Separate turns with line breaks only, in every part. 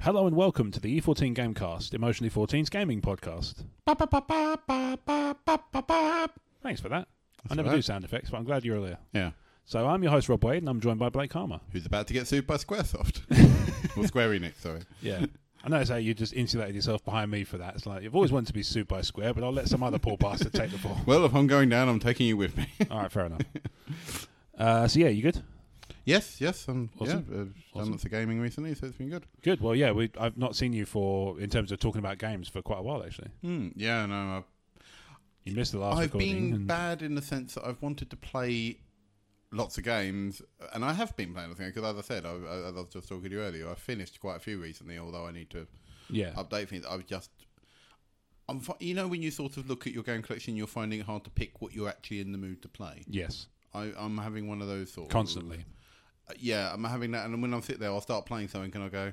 Hello and welcome to the E14 Gamecast, Emotionally 14's gaming podcast. Thanks for that. I never
all right.
do sound effects, but I'm glad you're there.
Yeah.
So I'm your host Rob Wade, and I'm joined by Blake Harmer.
Who's about to get sued by Squaresoft? or Square Enix, sorry.
Yeah, I notice how you just insulated yourself behind me for that. It's like you've always wanted to be sued by Square, but I'll let some other poor bastard take the fall.
Well, if I'm going down, I'm taking you with me.
All right, fair enough. Uh, so yeah, you good?
yes, yes. I'm,
Awesome.
Yeah, I've
Awesome.
done lots of gaming recently, so it's been good.
Good. Well, yeah, we, I've not seen you for in terms of talking about games for quite a while actually.
Hmm. yeah, no, I've,
You missed the uh, last
I've
recording.
been
and-
bad in the sense that I've wanted to play lots of games, and I have been playing lots of games, because as I said, I, I, as I was just talking to you earlier, I finished quite a few recently, although I need to
yeah,
update things. I've just... I'm, fi- you know when you sort of look at your game collection, you're finding it hard to pick what you're actually in the mood to play.
yes,
I, I'm having one of those sort of-
constantly.
yeah, I'm having that, and when I'm sitting there, I'll start playing something, and I go,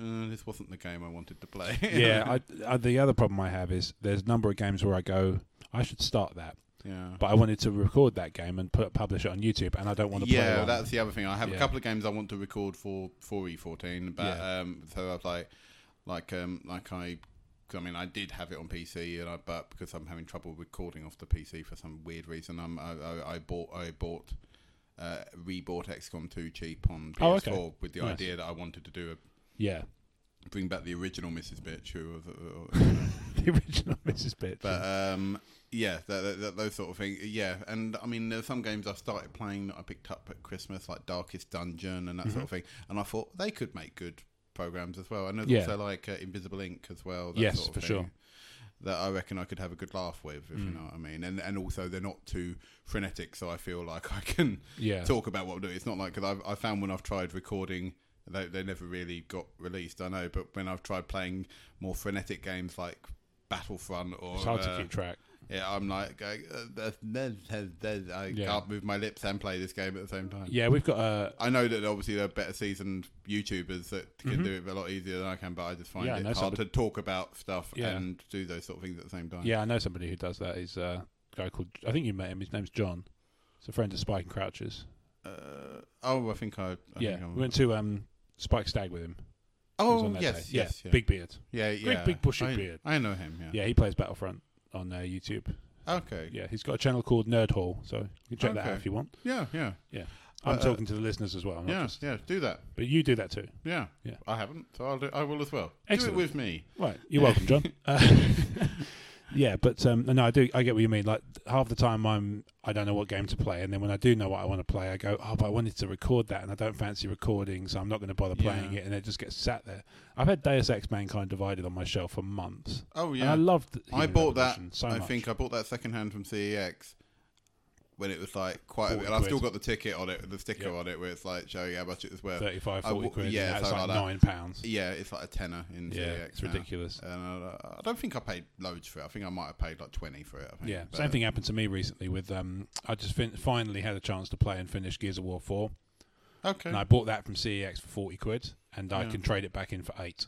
uh, "This wasn't the game I wanted to play."
yeah, I, I, the other problem I have is there's a number of games where I go, I should start that,
yeah,
but I wanted to record that game and put publish it on YouTube, and I don't want to play.
yeah.
along.
That's the other thing. I have
Yeah.
a couple of games I want to record for for E14, but
Yeah.
um, so I was like, like, um, like I. 'cause I mean, I did have it on PC, and I, but because I'm having trouble recording off the PC for some weird reason, I'm, I, I, I bought, I bought, uh, rebought XCOM 2 cheap on PS4
Oh, okay.
with the
Nice.
idea that I wanted to do a
yeah,
bring back the original Mrs. Bitch, who was, uh, you know,
the original Mrs. Bitch.
But um, yeah, that, that, that, those sort of things. Yeah, and I mean, there's some games I started playing that I picked up at Christmas, like Darkest Dungeon and that
Mm-hmm.
sort of thing. And I thought they could make good programs as well. And there's
Yeah.
also like uh, Invisible Ink as well. That
Yes,
sort of
for
thing,
sure. Mm.
That I reckon I could have a good laugh with, if you know what I mean. And and also they're not too frenetic, so I feel like I can
Yeah.
talk about what I'm doing. It's not like because I found when I've tried recording. They, they never really got released, I know, but when I've tried playing more frenetic games like Battlefront or
it's hard to
uh,
keep track.
yeah, I'm like, I, uh, there's- there's- there's- there's- I
Yeah.
can't move my lips and play this game at the same time.
Yeah, we've got uh, a.
I know that obviously there are better seasoned YouTubers that can do it a lot easier than I can, but I just find
Mm-hmm. Yeah, I
it
know
hard
somebody-
to talk about stuff
Yeah.
and do those sort of things at the same time.
Yeah, I know somebody who does that. He's a guy called. I think you met him. His name's John. He's a friend of Spike and Crouch's.
Uh, oh, I think I. I
yeah,
Think I'm,
we went to um, Spike Stag with him. He was
oh
on that
yes,
day. Yeah,
yes, yeah.
big beard.
yeah,
great
yeah.
big bushy
I,
beard.
I know him. Yeah.
Yeah, he plays Battlefront on uh, YouTube.
Okay.
Yeah, he's got a channel called Nerd Hall, so you can check that
Okay.
out if you want.
Yeah. Yeah.
I'm
Uh,
talking to the listeners as well. I'm not
Yeah.
just-
yeah, Do that.
but you do that too.
Yeah.
Yeah.
I haven't, so I'll do, I will as well.
Excellent.
Do it with me.
Right, you're welcome, John. Uh, yeah, but um, no, I do. I get what you mean. Like half the time, I'm I don't know what game to play, and then when I do know what I want to play, I go, oh, but I wanted to record that, and I don't fancy recording, so I'm not going to bother
Yeah.
playing it, and it just gets sat there. I've had Deus Ex: Mankind Divided on my shelf for months.
Oh
and
yeah.
I loved.
I
Human
bought that.
Revolution So
I
much.
think uh, I bought that secondhand from CEX when it was like quite. A
Forty
bit, and I've still
quid.
got the ticket on it, the sticker
Yeah.
on it, where it's like showing how much it was worth.
35,
I
40
bought-
quid.
yeah,
Yeah, that's
something
like
like that.
nine pounds.
Yeah, it's like a tenner in
Yeah,
CEX.
it's
now.
ridiculous.
And uh, I, I don't think I paid loads for it. I think I might have paid like twenty for it. I think.
Yeah,
But- uh,
same thing happened to me recently with um. I just fin- finally had a chance to play and finish Gears of War four,
Okay.
and I bought that from CEX for forty quid, and I
Yeah.
can trade it back in for eight.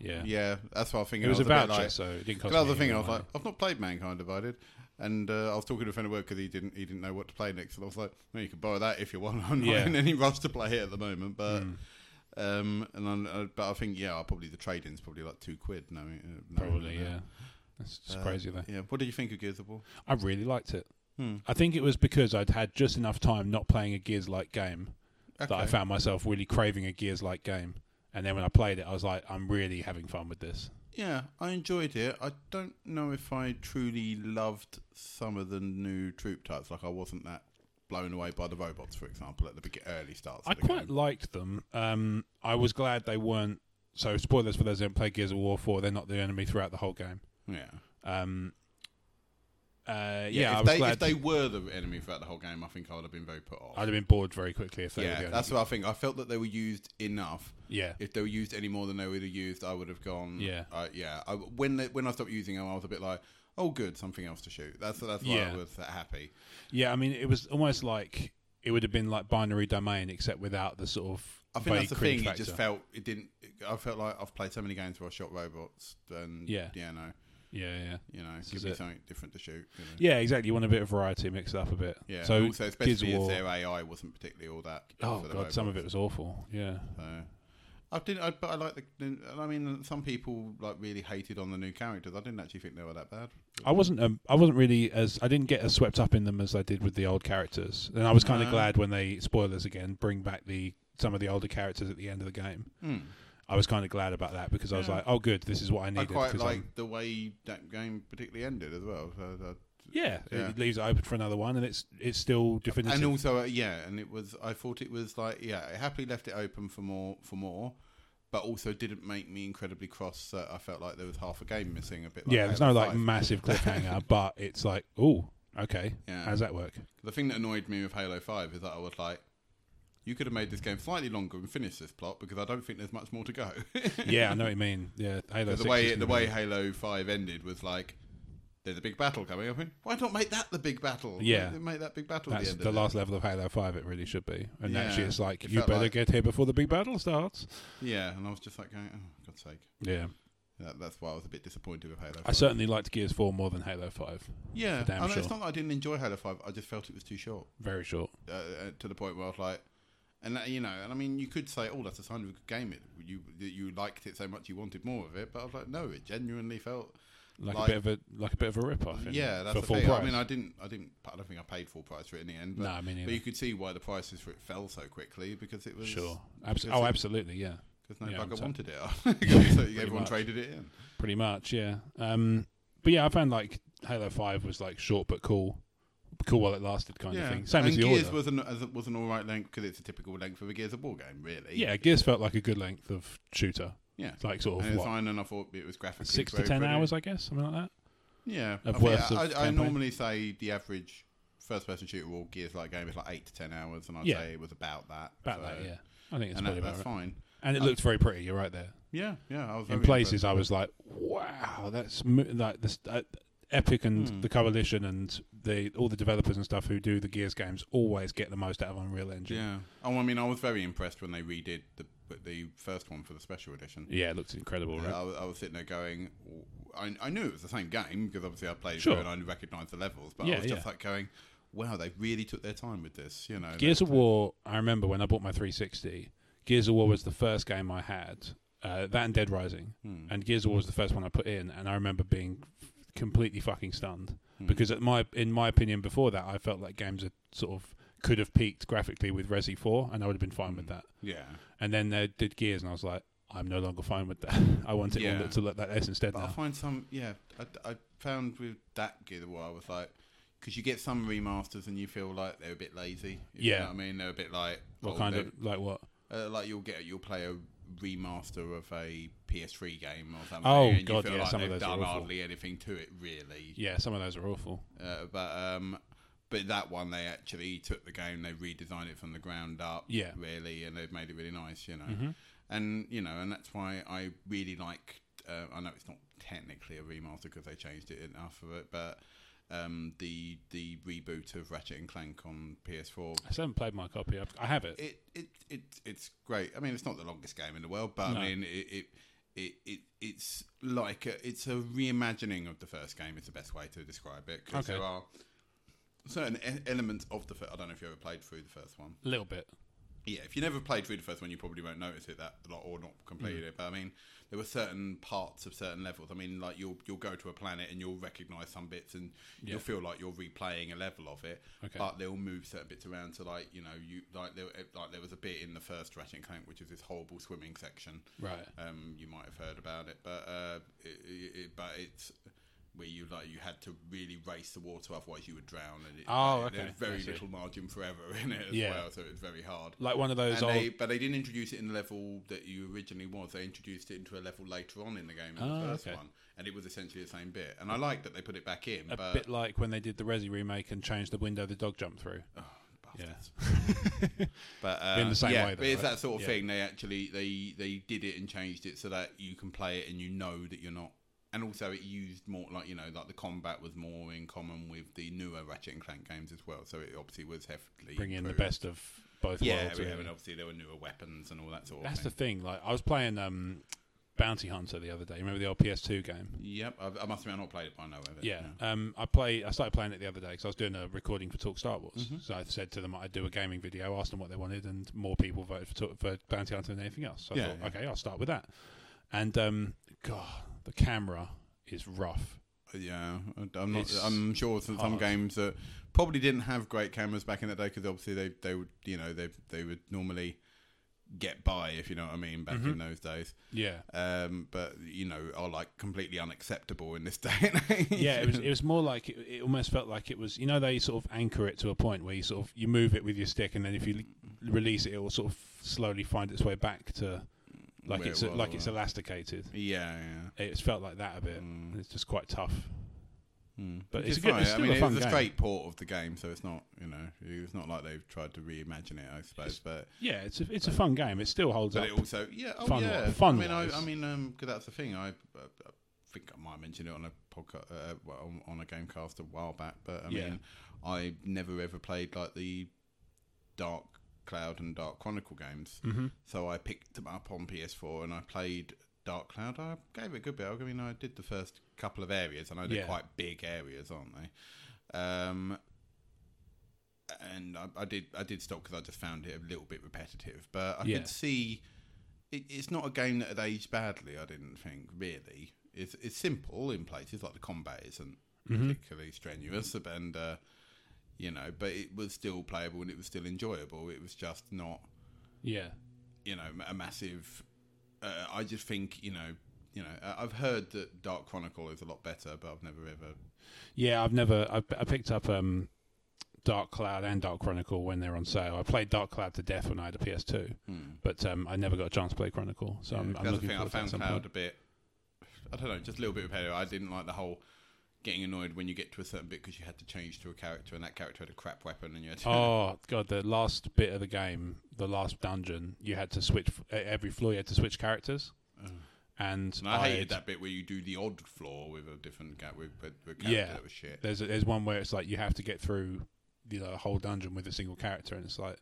Yeah,
Yeah, that's what I think.
it was,
I
a
bit
voucher,
like-
so it didn't cost.
Because that was
me
the thing.
any
I was
money.
like, I've not played Mankind Divided, and uh, I was talking to a friend of work because he didn't he didn't know what to play next. And I was like, no, you can borrow that if you want. I'm
Yeah. Hmm.
not in any rush to play it at the moment, but um, and I'm, uh, but I think yeah, I'll probably the trade in's probably like two quid. No,
probably yeah. That's just
Uh,
crazy though.
Yeah, what did you think of Gears of War?
I really liked it.
Hmm.
I think it was because I'd had just enough time not playing a Gears like game that I
Okay.
found myself really craving a Gears like game. And then when I played it, I was like, I'm really having fun with this.
Yeah, I enjoyed it. I don't know if I truly loved some of the new troop types. Like I wasn't that blown away by the robots, for example, at the big early starts.
I
of the
quite
game.
liked them. Um, I was glad they weren't. So spoilers for those who haven't played Gears of War 4, they're not the enemy throughout the whole game.
yeah.
Um, uh, yeah,
if,
I was
they,
glad.
if they were the enemy throughout the whole game, I think I would have been very put off.
I'd have been bored very quickly if they were
yeah,
going.
that's what I think. I felt that they were used enough.
yeah,
If they were used any more than they would have used, I would have gone.
Yeah.
uh, yeah. I, when they, when I stopped using them, I was a bit like, oh, good, something else to shoot. That's that's why
Yeah.
I was that happy.
yeah. I mean, it was almost like it would have been like binary domain, except without the sort of.
I think
vague
that's the
cringe
thing. It
factor.
just felt it didn't. I felt like I've played so many games where I shot robots, and
Yeah.
yeah, no,
Yeah, yeah,
you know,
is
give me
it.
something different to shoot. You know.
yeah. Exactly. You want a bit of variety mixed up a bit.
Yeah.
So
also,
Gears of
especially if
War.
their AI wasn't particularly all that.
Oh
for the
god, some of
robots.
it was awful. Yeah.
So, I didn't, I, but I like the. the- I mean, some people like really hated on the new characters. I didn't actually think they were that bad.
I wasn't um, I wasn't really as I didn't get as swept up in them as I did with the old characters, and I was kind of
No.
glad when they spoilers again bring back the some of the older characters at the end of the game.
Hmm.
I was kind of glad about that because I was
Yeah.
like, oh, good, this is what I
I
needed.
quite
'cause um,
like
I'm-
the way that game particularly ended as well. So uh, that-
yeah,
Yeah.
it leaves it open for another one, and it's it's still definitive.
and also, uh, yeah, and it was. I thought it was like, yeah, it happily left it open for more, for more, but also didn't make me incredibly cross. That I felt like there was half a game missing. A bit. Like
yeah, there's no
Halo
like
5.
massive cliffhanger, but it's like, oh, okay,
Yeah.
how's that work?
The thing that annoyed me with Halo Five is that I was like, you could have made this game slightly longer and finished this plot because I don't think there's much more to go.
yeah, I know what you mean. Yeah, Halo.
But the
6
way
is
the
gonna
way
be-
Halo Five ended was like. There's a big battle coming up. Why not make that the big battle? Why
Yeah.
didn't they make that big battle. at
That's
the, end
the
of it?
last level of Halo Five. It really should be, and
Yeah.
actually, it's like
It
you
felt
better
like-
get here before the big battle starts.
Yeah, and I was just like, going, oh, God's sake.
Yeah,
That, that's why I was a bit disappointed with Halo.
I
5.
certainly liked Gears Four more than Halo Five.
yeah,
for damn
I mean,
sure.
it's not that I didn't enjoy Halo Five. I just felt it was too short
Very short.
uh, uh, to the point where I was like, and that, you know, and I mean, you could say, oh, that's a sign of a good game. It, you that you liked it so much, you wanted more of it. But I was like, no, it genuinely felt.
Like, a
Like-
bit of a like a bit of a rip off.
yeah, that's
for
the
full
thing.
price.
I mean, I didn't, I didn't, I don't think I paid full price for it in the end. But,
no, I mean,
but you could see why the prices for it fell so quickly because it was
sure. Abs-
because
oh,
it-
absolutely. Yeah,
because no
Yeah, I'm
bugger
sorry.
wanted it. so everyone
much.
traded it in.
pretty much. Yeah. Um, but yeah, I found like Halo Five was like short but cool, cool while it lasted kind of thing. Same
and
as the
Gears
order.
was an as- was an all right length because it's a typical length of a Gears of War game, really.
yeah, Gears felt like a good length of shooter.
yeah.
It's like sort
and
of
it's
what
fine, and I thought it was graphically
six to
very
ten
pretty.
hours, I guess, something like that.
Yeah,
of
I mean,
worth of
I, I
campaign.
normally say the average first-person shooter or Gears-like game is like eight to ten hours, and I'd
Yeah.
say it was about that.
About
so-
that, yeah. I think it's
and
probably
that,
about
that's
right.
fine.
And it
Um,
looked very pretty. You're right there.
Yeah, yeah. I was
In
very
places,
impressed.
I was like, "Wow, that's mo- like this uh, epic!" And
Hmm.
the coalition and the all the developers and stuff who do the Gears games always get the most out of Unreal Engine.
Yeah. Oh, I mean, I was very impressed when they redid the the first one for the special edition.
Yeah, it looks incredible,
Yeah,
right?
I, was, I was sitting there going, w- I, I knew it was the same game because obviously I played
Sure.
it through and I recognised the levels, but
Yeah,
I was just
yeah.
like going, wow, they really took their time with this, you know.
Gears of War. I remember when I bought my 360. Gears of War was the first game I had. Uh, that and Dead Rising,
Hmm.
and Gears of War was the first one I put in, and I remember being f- completely fucking stunned
Hmm.
because, at my in my opinion, before that, I felt like games had sort of could have peaked graphically with Resi 4, and I would have been fine
Hmm.
with that.
yeah,
And then they did Gears, and I was like, I'm no longer fine with that. I want it all
Yeah.
look- to look like this instead
but I
now.
find some, yeah, I, I found with that Gears of War, I was like, because you get some remasters and you feel like they're a bit lazy. if you
Yeah.
know what I mean, they're a bit like
What
oh,
kind
they-
of like what?
uh, like you'll get you'll play a remaster of a PS3 game or something.
Oh,
and
God,
you feel
yeah,
like
some of
they've
those are
done
awful.
hardly anything to it really.
Yeah, some of those are awful.
Uh, but um, but that one they actually took the game, they redesigned it from the ground up,
Yeah.
really, and they've made it really nice, you know. And you know, and that's why I really like. Uh, I know it's not technically a remaster because they changed it enough of it, but um, the the reboot of Ratchet and Clank on PS4.
I still haven't played my copy. I've, I have it.
It, it it it's great. I mean, it's not the longest game in the world, but
No.
I mean, it, it it it it's like a, it's a reimagining of the first game. Is the best way to describe it because
Okay.
there are certain e- elements of the. First, I don't know if you ever played through the first one.
A little bit.
Yeah, if you never played through the first one, you probably won't notice it that lot or not completed
Mm.
it. But I mean, there were certain parts of certain levels. I mean, like you'll you'll go to a planet and you'll recognize some bits and
Yeah.
you'll feel like you're replaying a level of it.
Okay.
But they'll move certain bits around to like you know you like there eh, like there was a bit in the first Ratchet and Clank which is this horrible swimming section.
Right.
Um, you might have heard about it, but uh, it, it, it- but it's where you like you had to really race the water, otherwise you would drown. And it,
Oh,
like,
okay.
There's
I
very
see.
little margin for error in it as
Yeah.
well, so it's very hard.
Like one of those
And
old.
they, but they didn't introduce it in the level that you originally was. They introduced it into a level later on in the game, in
Ah,
the first
okay.
one, and it was essentially the same bit. And I like that they put it back in,
a
but
bit like when they did the Resi remake and changed the window the dog jumped through.
oh,
Yeah.
bastards. but uh,
In the same
yeah,
way, though,
but it's
right?
that sort of
Yeah.
thing. They actually they they did it and changed it so that you can play it and you know that you're not. And also, it used more like you know, like the combat was more in common with the newer Ratchet and Clank games as well. So it obviously was heavily
Bring in the
improved.
best of both
Yeah,
worlds.
yeah,
really.
and obviously there were newer weapons and all that sort of
That's
thing.
the thing. Like I was playing um, Bounty Hunter the other day. Remember the old PS2 game?
Yep, I've, I must admit I've not played it by now. have I?
Yeah. Um, I play. I started playing it the other day because I was doing a recording for Talk Star Wars.
Mm-hmm.
So I said to them I'd do a gaming video, asked them what they wanted, and more people voted for, Talk- for Bounty Hunter than anything else. So I
Yeah,
thought,
yeah.
okay, I'll start with that. And um, God, the camera is rough.
Yeah, I- I'm not.
It's
I'm sure some, some
hard.
games that probably didn't have great cameras back in that day because obviously they they would you know they they would normally get by if you know what I mean back
Mm-hmm.
in those days.
Yeah.
Um, but you know are like completely unacceptable in this day and age.
Yeah, it was. It was more like it, it almost felt like it was. You know, they sort of anchor it to a point where you sort of you move it with your stick, and then if you l- release it, it will sort of slowly find its way back to like
Where it
it's a-
was,
like it's
right.
elasticated.
yeah, yeah.
It's felt like that a bit.
Mm.
It's just quite tough.
Mm.
But
Which
it's
is
a good-
fine.
it's
I
still
mean,
a fun
it's a
game.
straight port of the game, so it's not you know it's not like they've tried to reimagine it. I suppose, but
Yeah, it's a, it's a fun game. It still holds
but
up.
it also yeah oh
Fun
yeah
wa- fun
I mean I,
wise.
I mean um 'cause that's the thing I, I, I think I might mention it on a podcast uh, well, on, on a Gamecast a while back, but I
Yeah.
mean I never ever played like the Dark Cloud and Dark Chronicle games,
hmm
so I picked them up on PS4 and I played Dark Cloud. I gave it a good go. I mean, I did the first couple of areas. I know they're
Yeah.
quite big areas, aren't they? Um, and I, I did I did stop because I just found it a little bit repetitive. But I
Yeah.
could see it, it's not a game that had aged badly. I didn't think really. It's it's simple in places like the combat isn't
Mm-hmm.
particularly strenuous, and uh, you know, but it was still playable and it was still enjoyable. It was just not
Yeah,
you know a massive. Uh, I just think you know you know I- I've heard that Dark Chronicle is a lot better, but I've never ever.
yeah. I've never. I, I picked up um, Dark Cloud and Dark Chronicle when they're on sale. I played Dark Cloud to death when I had a PS2, but um, I never got a chance to play Chronicle. So I'm, I'm
that's the
looking
thing. I
forward to that at
found
some point.
Cloud a bit. I don't know, just a little bit repetitive. I didn't like the whole getting annoyed when you get to a certain bit because you had to change to a character and that character had a crap weapon and you had to.
Oh god, the last bit of the game, the last dungeon, you had to switch f- e- every floor. You had to switch characters, and,
and I hated
I'd-
that bit where you do the odd floor with a different ga- with, with, with character
Yeah.
that was shit.
There's a, there's one where it's like you have to get through the you know, whole dungeon with a single character, and it's like,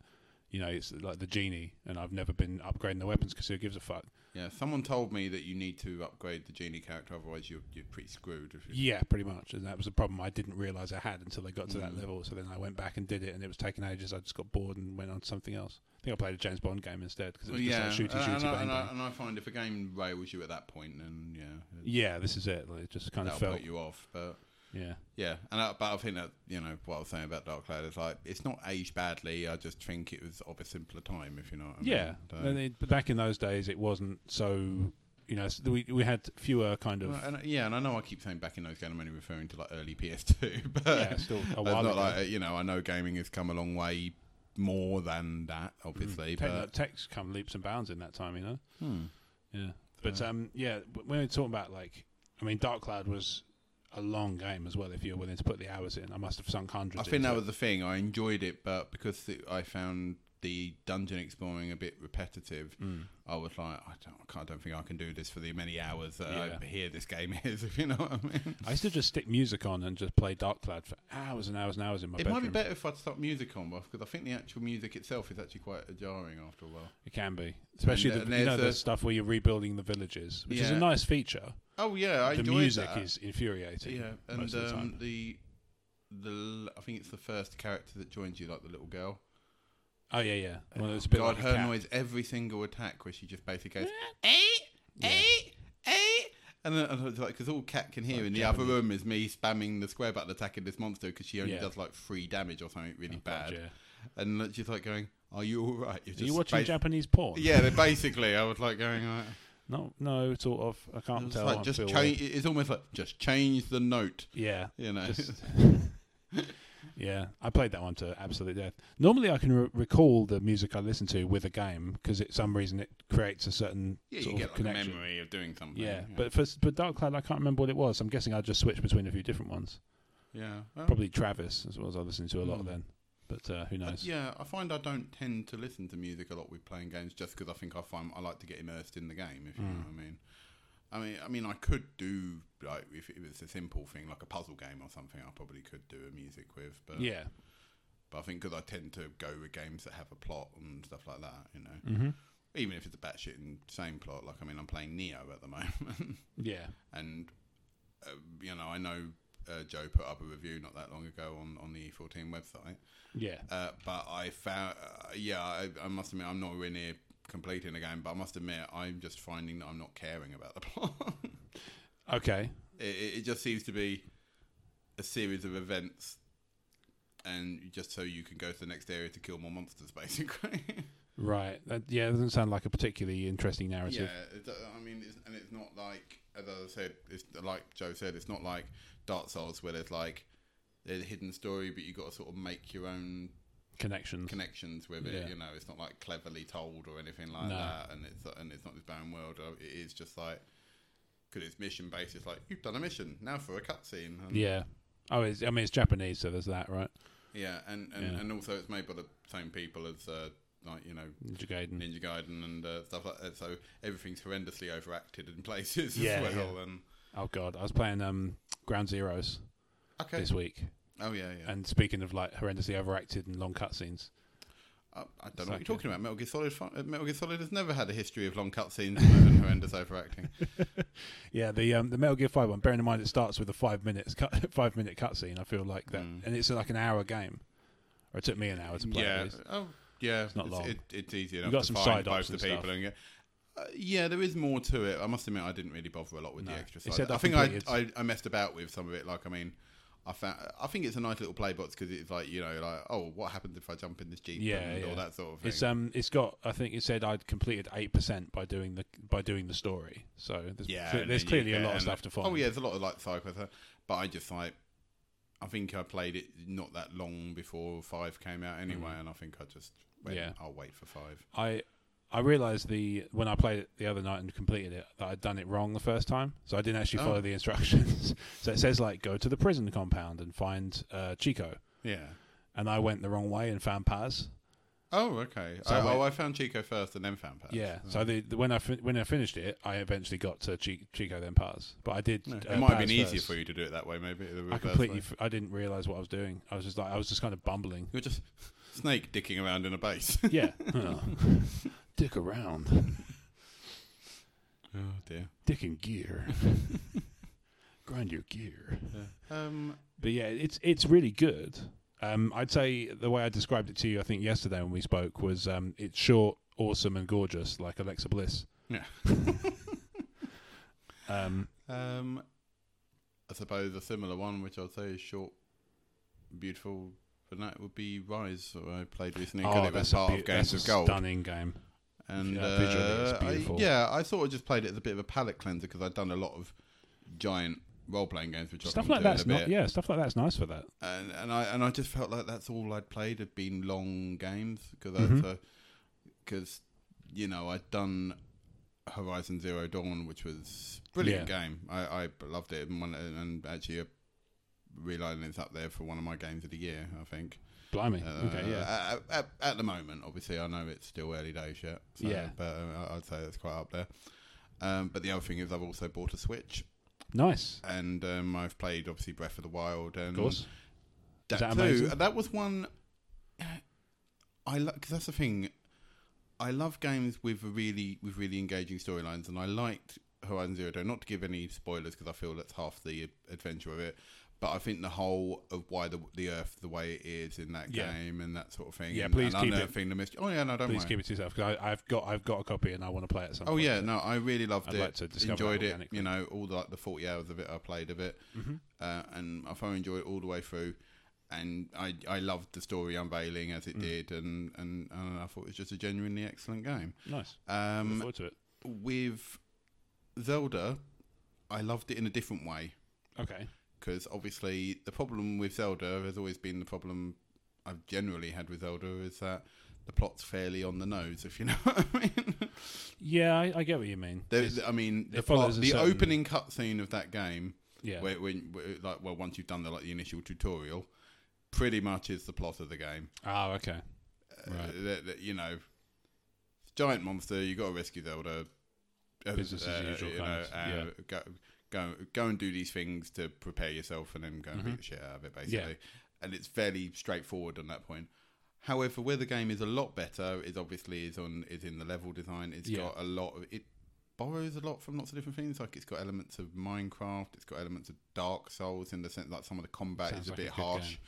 you know, it's like the genie, and I've never been upgrading the weapons because who gives a fuck?
Yeah, someone told me that you need to upgrade the genie character, otherwise you're you're pretty screwed. If you,
Yeah, pretty much, and that was a problem I didn't realize I had until I got to that
Mm.
level. So then I went back and did it, and it was taking ages. I just got bored and went on to something else. I think I played a James Bond game instead because it was just like shooty,
and,
shooty,
and I,
bang,
and, I,
bang.
and I find if a game rails you at that point, then yeah, it-
Yeah, this is it. Like, it just kind
that'll
of felt.
put you off. But
Yeah.
yeah, and I, but I think that you know what I was saying about Dark Cloud is like it's not aged badly. I just think it was of a simpler time, if you know what I
Yeah,
mean. uh,
and it- but back in those days, it wasn't so. You know, s- we we had fewer kind
So,
of.
well, and, yeah, and I know I keep saying back in those games, I'm only referring to like early PS2, but
yeah, still a
it's
while
not
ago.
like you know. I know gaming has come a long way more than that, obviously.
Tech-
But
tech's come leaps and bounds in that time, you know.
hmm.
Yeah, but
Uh,
um, yeah, w- when we're talking about like, I mean, Dark Cloud was a long game as well. If you're willing to put the hours in, I must have sunk hundreds.
I think
into
that
it.
was the thing. I enjoyed it, but because the, I found the dungeon exploring a bit repetitive, I was like, I don't, I, can't, I don't think I can do this for the many hours that
Yeah.
I hear this game is. If you know what I mean.
I used to just stick music on and just play Dark Cloud for hours and hours and hours in my
It
bedroom.
might be better if I'd stop music on, because I think the actual music itself is actually quite jarring after a while.
It can be, especially
And- and
the, you know
there's
the
a-
stuff where you're rebuilding the villages, which is a
Yeah.
nice feature.
Oh yeah, I
the
enjoyed
music
that.
is infuriating.
yeah, and
most of the
um,
time.
the the l- I think it's the first character that joins you, like the little girl.
Oh yeah, yeah. Well, it's a bit
God,
like a
her
cat.
noise every single attack where she just basically goes,
Yeah.
eight, eight. And then, and I was like, because all Cat can hear in the other room is me spamming the square button attacking this monster because she only
Yeah.
does like three damage or something really
God,
bad.
yeah.
And like, she's like going, "Are you all right? You're
Are you watching
bas-
Japanese porn?
Yeah, they're basically, I was like going like,
No, no, sort of. I can't
it's
tell.
like
I
just
feel
change. It's almost like just change the note,
Yeah.
you know.
Just, yeah. I played that one to absolute death. Normally, I can re- recall the music I listen to with a game because it some reason it creates a certain
yeah,
sort
you get
of
like a
connection.
memory of doing something.
Yeah, but for but Dark Cloud, I can't remember what it was. I'm guessing I just switched between a few different ones.
yeah, well,
Probably Travis, as well as I listened to a lot
Mm.
then. But uh, who
I-
knows?
yeah, I find I don't tend to listen to music a lot with playing games, just because I think I find I like to get immersed in the game. If you know
Mm.
what I mean. I mean, I mean, I could do like if it was a simple thing like a puzzle game or something. I probably could do a music with, but
Yeah.
But I think because I tend to go with games that have a plot and stuff like that, you know.
Mm-hmm.
even if it's a batshit insane plot. Like I mean, I'm playing Neo at the moment,
Yeah.
and uh, you know I know uh, Joe put up a review not that long ago on on the E14 website,
Yeah.
uh, but I found, uh, yeah, I, I must admit, I'm nowhere near completing the game, but I must admit, I'm just finding that I'm not caring about the plot.
Okay.
it, it it just seems to be a series of events, and just so you can go to the next area to kill more monsters, basically.
Right. That, yeah, it doesn't sound like a particularly interesting
yeah,
narrative.
it, do- I mean, it's, and it's not like, as I said, it's like Joe said, it's not like Dark Souls where there's like there's a hidden story, but you got to sort of make your own
Connections.
connections with it.
Mm. Yeah.
You know, it's not like cleverly told or anything like
No.
that, and it's and it's not this barren world. Uh, It is just like because it's mission based. It's like you've done a mission now for a cutscene. And-
yeah. Oh, it's, I mean, it's Japanese, so there's that, right?
yeah, and and,
Yeah.
and also it's made by the same people as uh, like you know
Ninja Gaiden.
Ninja Gaiden and uh, stuff like that. So everything's horrendously overacted in places
Yeah,
as well. And
Oh God, I was playing um, Ground Zeroes
okay,
this week,
oh yeah, yeah.
and speaking of like horrendously overacted and long cutscenes,
I, Oh, I don't
It's
know what
like
you're
a-
talking about. Metal Gear Solid, fi- uh, Metal Gear Solid has never had a history of long cutscenes and horrendous overacting.
yeah, the um, the Metal Gear Five one. Bearing in mind it starts with a five minutes cut, five minute cutscene. I feel like that,
Mm.
and it's like an hour game, or it took me an hour to play. at
Yeah.
least.
Oh, yeah.
not long.
It, it's easy enough.
got
to
some
find
side
both
ops
the
and
people
stuff.
and get. Uh, yeah, there is more to it. I must admit, I didn't really bother a lot with
No.
the extra
It
side.
said
I
that
think I, I
completed.
I messed about with some of it. Like, I mean. I, found, I think it's a nice little play box because it's like you know like oh what happens if I jump in this jeep
Yeah,
and
yeah.
all that sort of thing.
It's um, it's got. I think it said I'd completed eight percent by doing the by doing the story. So there's,
yeah,
cle-
and
there's
then you
clearly a
get-
lot of
and-
stuff to find.
Oh yeah, there's a lot of like side quests, but I just like I think I played it not that long before five came out anyway, and I think I just went,
Mm. Yeah.
I'll wait for five.
I I realized the when I played it the other night and completed it that I'd done it wrong the first time, so I didn't actually
Oh.
follow the instructions. so it says like go to the prison compound and find uh, Chico,
Yeah.
and I went the wrong way and found Paz.
Oh okay.
So
I,
I went-
oh, I found Chico first and then found Oh. Pat.
Yeah, so the, the, when I fin- when I finished it, I eventually got to Chi- Chico then Paz, but I did.
it
uh,
might have
Paz
been easier
first.
for you to do it that way, maybe. The
I
reverse
completely
way.
f- I didn't realize what I was doing. I was just like I was just kind of bumbling.
You're just snake dicking around in a base.
Yeah, Oh. dick around,
oh dear.
dick in gear, grind your gear.
Um.
but yeah, it's it's really good. Um, I'd say the way I described it to you, I think yesterday when we spoke, was um, it's short, awesome, and gorgeous, like Alexa Bliss.
Yeah.
um,
Um. I suppose a similar one, which I'll say is short, beautiful, but that would be Rise. that I played recently. 'cause
oh,
it was
that's a,
part
beau-
of
that's
Games
a
of Gold.
stunning game.
and
Yeah, visually it's
uh, I-
beautiful.
yeah, I sort of just played it as a bit of a palate cleanser because I'd done a lot of giant role playing games, which
Stuff
I'll
like
come to
that's
in a
not,
bit.
yeah, stuff like that's nice for that.
And and I and I just felt like that's all I'd played had been long games because
Mhm.
because you know I'd done Horizon Zero Dawn, which was brilliant game. I, I loved it and, one, and actually. Uh, Realizing it's up there for one of my games of the year, I think.
Blimey,
Uh,
okay, yeah,
At, at, at the moment, obviously, I know it's still early days yet. So,
Yeah.
But uh, I- I'd say that's quite up there. Um, but the other thing is, I've also bought a Switch,
nice,
and um, I've played obviously Breath of the Wild, and
of course.
that,
that
too.
amazing?
That was one. I because that's the thing. I love games with really with really engaging storylines, and I liked Horizon Zero Dawn. Not to give any spoilers, because I feel that's half the adventure of it. But I think the whole of why the the Earth the way it is in that
Yeah.
game and that sort of thing.
Yeah,
and,
please
and
keep it-
unearthing the mystery. Oh yeah, no, don't
Please
worry.
keep it to yourself 'cause I, I've got I've got a copy and I want to play it. At some
Oh
point.
yeah, no, I really loved
I'd
it.
like to discover
enjoyed
that
it.
organically.
You know, all the like the forty hours of it I played of it,
Mhm.
uh, and I thoroughly enjoyed it all the way through. And I I loved the story unveiling as it
Mm.
did, and, and and I thought it was just a genuinely excellent game.
nice. Look
Um,
forward to it.
with Zelda, I loved it in a different way
Okay,
because obviously the problem with Zelda has always been the problem I've generally had with Zelda is that the plot's fairly on the nose, if you know what I mean.
yeah, I, I get what you mean.
There,
It's-
I mean,
it
the, plot,
follows a
the
certain-
opening cutscene of that game,
yeah,
where, when, where, like, well, once you've done the like the initial tutorial, pretty much is the plot of the game.
oh okay,
Uh,
Right.
that- that, you know, giant monster, you got to rescue Zelda. uh,
Business as usual
You
kind
know,
of-
uh, go, go, go and do these things to prepare yourself, and then go and
Mhm.
beat the shit out of it, basically. And it's fairly straightforward on that point. However, where the game is a lot better is obviously is on is in the level design. It's
Yeah.
got a lot of it borrows a lot from lots of different things. Like it's got elements of Minecraft, it's got elements of Dark Souls in the sense like some of the combat
Sounds
is a
like a
bit
good
harsh.
game.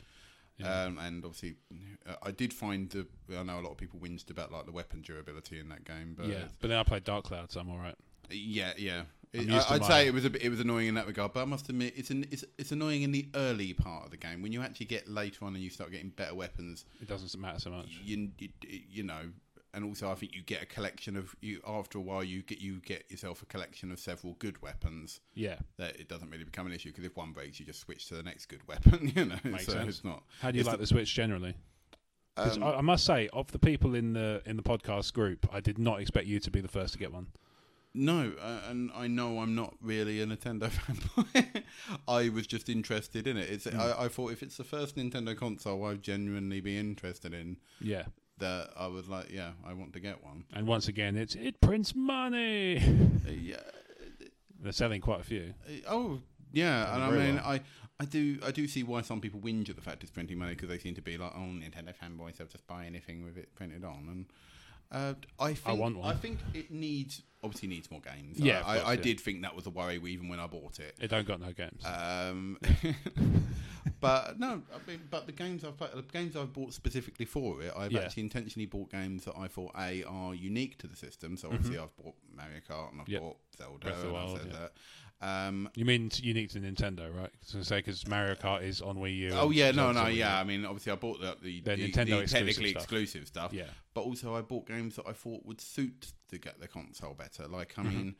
Yeah.
Um, and obviously, uh, I did find the. I know a lot of people whinged about like the weapon durability in that game, but
yeah, but then I played Dark Cloud, so I'm all right.
yeah, yeah.
I'm
It-
used to
I, I'd
my-
say it was a bit, it was annoying in that regard, but I must admit it's an, it's it's annoying in the early part of the game when you actually get later on and you start getting better weapons.
It doesn't matter so much.
You, you you know, and also I think you get a collection of you after a while you get you get yourself a collection of several good weapons
Yeah.
that it doesn't really become an issue because if one breaks you just switch to the next good weapon. You know,
Makes
so
sense.
it's not.
How do you
It's
like the Switch generally? 'Cause
Um,
I, I must say, of the people in the in the podcast group, I did not expect you to be the first to get one.
No, uh, and I know I'm not really a Nintendo fanboy. I was just interested in it. It's,
Hmm.
I, I thought if it's the first Nintendo console I'd genuinely be interested in,
Yeah.
that I was like, yeah, I want to get one.
And once again, it's it prints money.
Uh, yeah.
They're selling quite a few.
uh, Oh, yeah. And I
Very
mean,
well.
I, I do I do see why some people whinge at the fact it's printing money because they seem to be like, oh, Nintendo fanboys, they'll just buy anything with it printed on. And uh, I think
want one.
I think it needs obviously needs more games.
Yeah, of
I,
course,
I, I
yeah.
did think that was a worry even when I bought it.
It don't got no games.
Um, but no, I mean, but the games I've played, the games I've bought specifically for it, I've
Yeah.
actually intentionally bought games that I thought a are unique to the system. So obviously, I've bought Mario Kart and I've
Mm-hmm. Yep.
bought Zelda
Breath of the
and I've
Wild,
said
yeah.
that. Um,
you mean it's unique to Nintendo, right? So say because Mario Kart is on Wii U.
oh
and
yeah, no,
Zelda's
no,
on Wii U.
yeah. I mean, obviously, I bought the the,
The
the-
Nintendo
the
exclusive
technically
stuff.
exclusive stuff.
Yeah.
but also I bought games that I thought would suit the get the console better. Like
Mm-hmm.
I mean,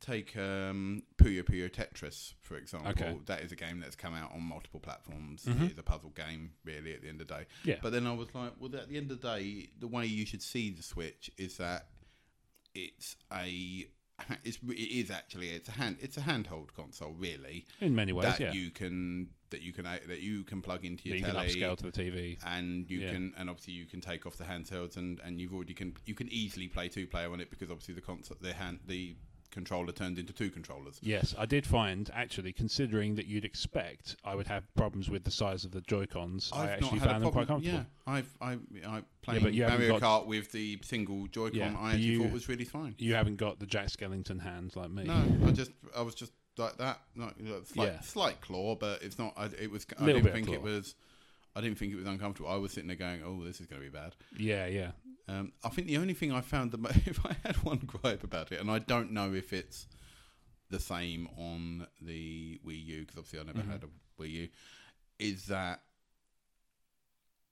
take um, Puyo Puyo Tetris for example.
Okay.
That is a game that's come out on multiple platforms.
Mhm.
It's a puzzle game, really. At the end of the day,
Yeah.
But then I was like, well, at the end of the day, the way you should see the Switch is that it's a it's it is actually it's a hand it's a handheld console really
In many ways,
that
yeah.
you can that you can that you can plug into
That
your
you can
telly
upscale to the TV.
and you
Yeah.
can and obviously you can take off the handhelds and and you've already can you can easily play two player on it because obviously the console the hand the controller turned into two controllers
Yes, I did find actually, considering that you'd expect I would have problems with the size of the Joy Cons, I actually found them quite comfortable.
yeah i've i i played
but you haven't
mario
got-
kart with the single joy-con
Yeah,
i actually
you-
thought was really fine
You haven't got the Jack Skellington hands like me.
no i just i was just like that like slight,
Yeah.
slight claw but it's not I, it was i
Little bit
didn't
of
think it
claw.
was i didn't think it was uncomfortable i was sitting there going oh this is going to be bad
Yeah, yeah.
Um, I think the only thing I found that if I had one gripe about it, and I don't know if it's the same on the Wii U because obviously I never
Mhm.
had a Wii U, is that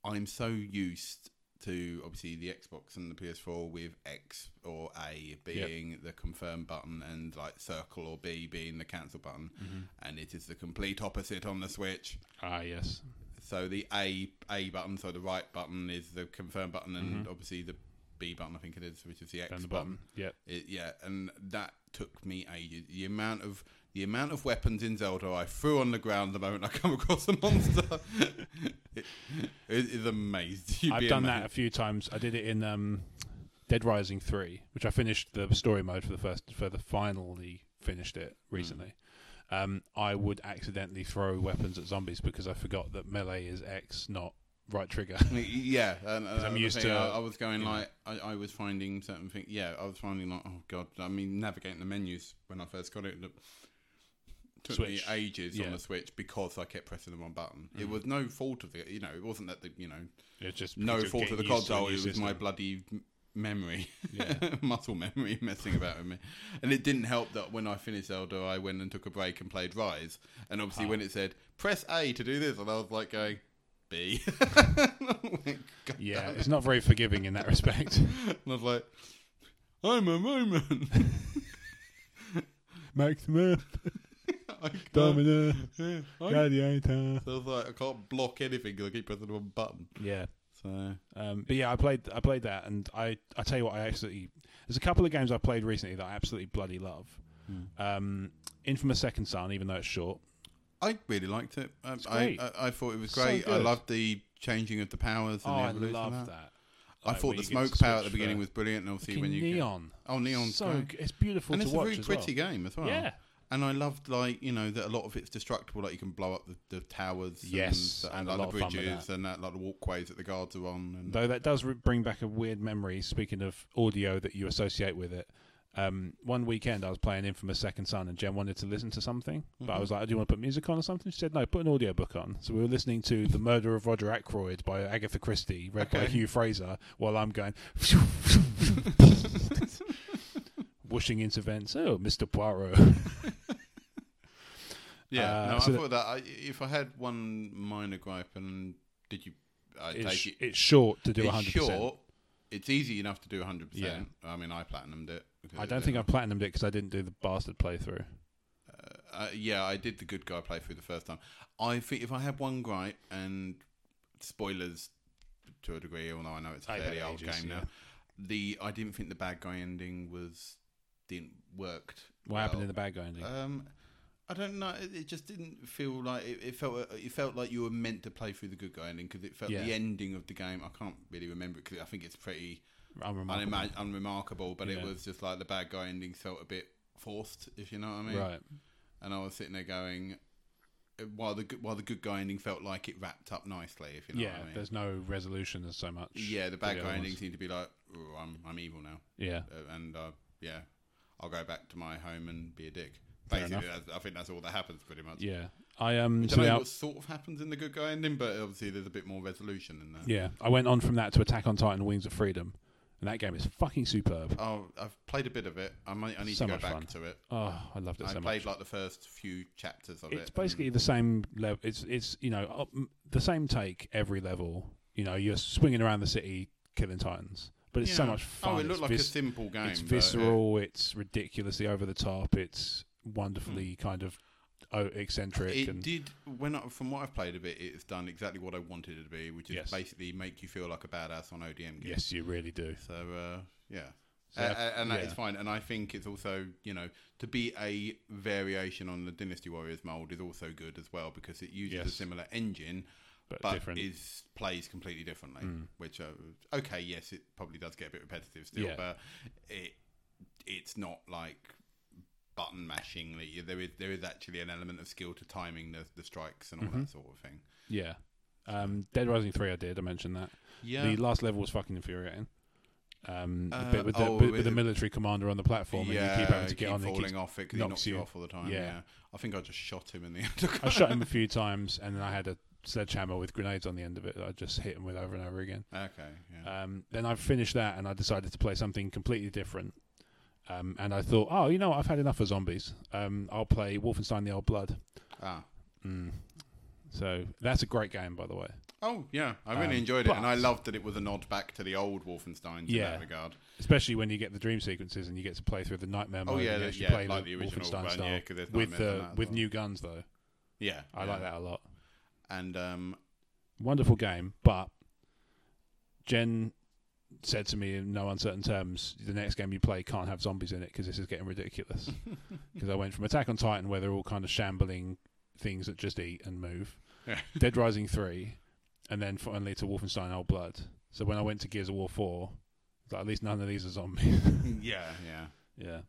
I'm so used to obviously the Xbox and the PS4 with X or A being the confirm button and like circle or B being the cancel button, and it is the complete opposite on the Switch.
Ah, yes.
So the A A button, so the right button is the confirm button, and obviously the B button, I think it is, which is the X
Down Mm-hmm. the
button.
bottom. Yep.
It, yeah, and that took me ages. The amount of the amount of weapons in Zelda I threw on the ground the moment I come across a monster it, it is amazed. You'd
I've
be
done
amazed.
that a few times. I did it in um, Dead Rising three, which I finished the story mode for the first for the finally finished it
Mm.
recently. Um, I would accidentally throw weapons at zombies because I forgot that melee is X, not right trigger.
Yeah, and, and
I'm
the
used to,
thing, I, I was going
you know.
like I, I was finding certain things. Yeah, I was finding like oh god. I mean, navigating the menus when I first got it look, took
Switch.
me ages
Yeah. Mm.
on the Switch because I kept pressing the wrong button. It was no fault of the you know. It wasn't that the you know
it's just
no
just
fault of
getting
the
used to
console.
new
It was my
system.
bloody m- memory,
Yeah.
muscle memory messing about with me. And it didn't help that when I finished Zelda, I went and took a break and played Rise. And obviously,
Ah.
when it said press A to do this, and I was like going B. God
yeah,
damn it.
it's not very forgiving in that respect.
And I was like, I'm a Roman.
Max Smith,
I can't-
Domino,
yeah, I,
Gladiator.
so I was like, I can't block anything because I keep pressing the wrong button.
Yeah.
So
Um, but yeah, I played I played that, and I I tell you what, I absolutely there's a couple of games I've played recently that I absolutely bloody love. Um, Infamous Second Son, even though it's short,
I really liked it. Um, I,
great.
I, I, I thought it was
So
great. I
good.
loved the changing of the powers. And
oh,
the
I
evolution of
love
that.
that.
I
Like,
thought
where
the
you get to
smoke power at the
switch
beginning
for
was brilliant. And obviously,
fucking
when you
neon,
Get, oh neon's
so
great.
g- it's beautiful
and
to
it's a
watch
very
as
pretty game as well.
well. Yeah,
And I loved like you know that a lot of it's destructible. Like you can blow up the, the towers,
Yes,
and,
I had
and
a
like the
lot of fun with
bridges and that, like the walkways that the guards are on. And
Though that does re- bring back a weird memory. Speaking of audio that you associate with it, um, one weekend I was playing Infamous Second Son, and Jen wanted to listen to something, but
Mm-hmm.
I was like, "Oh, "Do you want to put music on or something?" She said, "No, put an audio book on." So we were listening to "The Murder of Roger Ackroyd" by Agatha Christie, read by
Okay.
Hugh Fraser, while I'm going. Whooshing into vents. Oh, Mr. Poirot.
yeah,
uh,
no,
so
I
that-
thought that I, if I had one minor gripe, and did you? I
It's,
take it.
it's short to do
it's
100%.
short. It's easy enough to do 100%.
Yeah.
I mean, I platinumed it. Um,
I don't think I platinumed it because I didn't do the bastard playthrough.
Uh, yeah, I did the good guy playthrough the first time. I think if I had one gripe, and spoilers to a degree, although I know it's a
I've had
fairly old
ages,
game
yeah.
now, the I didn't think the bad guy ending was didn't worked.
What happened in the bad guy ending?
Um, I don't know. It, it just didn't feel like it, it felt. uh, It felt like you were meant to play through the good guy ending because it felt
Yeah.
the ending of the game. I can't really remember it because I think it's pretty.
Unremarkable.
unima- unremarkable, but it
Yeah.
was just like the bad guy ending felt a bit forced, if you know what I mean.
Right.
And I was sitting there going, uh, while the good, while the good guy ending felt like it wrapped up nicely, if you know
yeah,
what I mean.
there's no resolution as so much.
Yeah, the
to
bad
other
guy ending
ones.
seemed to be like, "Ooh, I'm I'm evil now,
Yeah,
uh, and uh, yeah, I'll go back to my home and be a dick.
Fair
Basically, that's- I think that's all that happens pretty much.
yeah. I um.
Which
so
I know
now-
what sort of happens in the good guy ending, but obviously there's a bit more resolution in that.
yeah, I went on from that to Attack on Titan: Wings of Freedom, and that game is fucking superb.
Oh, I've played a bit of it. I might I need
So
to go
much
back
fun.
to it.
Oh, I loved it
I
so
played
much.
like the first few chapters of it.
It's
and-
basically the same level. It's it's you know up, m- the same take every level. You know, you're swinging around the city killing titans, but it's so
Yeah.
much fun.
Oh, it
it's
looked like a
vis-
simple game.
It's
but, uh,
visceral. It's ridiculously over the top. It's wonderfully kind of oh, eccentric.
Mm. It
and
did when I, from what I've played of it, it's done exactly what I wanted it to be, which is
Yes.
basically make you feel like a badass on ODM. Games.
yes, you really do.
So uh, yeah.
So
A-
that-
a- and that is
yeah.
fine. And I think it's also, you know, to be a variation on the Dynasty Warriors mold is also good as well because it uses a
Yes.
similar engine,
But,
but
different. Mm.
is plays completely differently. Which, uh, okay, yes, it probably does get a bit repetitive still,
Yeah.
but it it's not like button mashing. that you- There is there is actually an element of skill to timing the, the strikes and all
Mm-hmm.
that sort of thing.
Yeah. Um, Dead Rising 3, I did. I mentioned that.
Yeah,
The last level was fucking infuriating. Um, the
Uh,
bit with the,
oh,
bit with the
it-
military commander on the platform, and you keep having to
you
get
keep
on. And
falling
he keeps,
off it because he
knocks
knocks you
you.
off all the time.
Yeah.
Yeah. I think I just shot him in the end.
I shot him a few times, and then I had a sledgehammer with grenades on the end of it that I just hit him with over and over again.
okay, yeah.
Um, then I finished that, and I decided to play something completely different. Um, and I thought, oh, you know, what? I've had enough of zombies. Um, I'll play Wolfenstein: The Old Blood.
ah.
Mm. So that's a great game, by the way.
Oh yeah, I really
Um,
enjoyed it, and I
but-
loved that it was a nod back to the old Wolfenstein in
Yeah.
that regard.
especially when you get the dream sequences and you get to play through the nightmare
Oh,
mode.
yeah,
and you
the-
actually
yeah,
play
like
the,
the original
Wolfenstein
one,
style
yeah, 'cause there's
with
nightmares
the
on that as
with
well.
new guns though.
Yeah,
I
yeah.
like that a lot.
And um,
Wonderful game, but Jen said to me in no uncertain terms, the next game you play can't have zombies in it because this is getting ridiculous. Because I went from Attack on Titan where they're all kind of shambling things that just eat and move,
Yeah.
Dead Rising three, and then finally to Wolfenstein Old Blood. So when I went to Gears of War four, it's like, at least none of these are zombies.
yeah, yeah.
Yeah.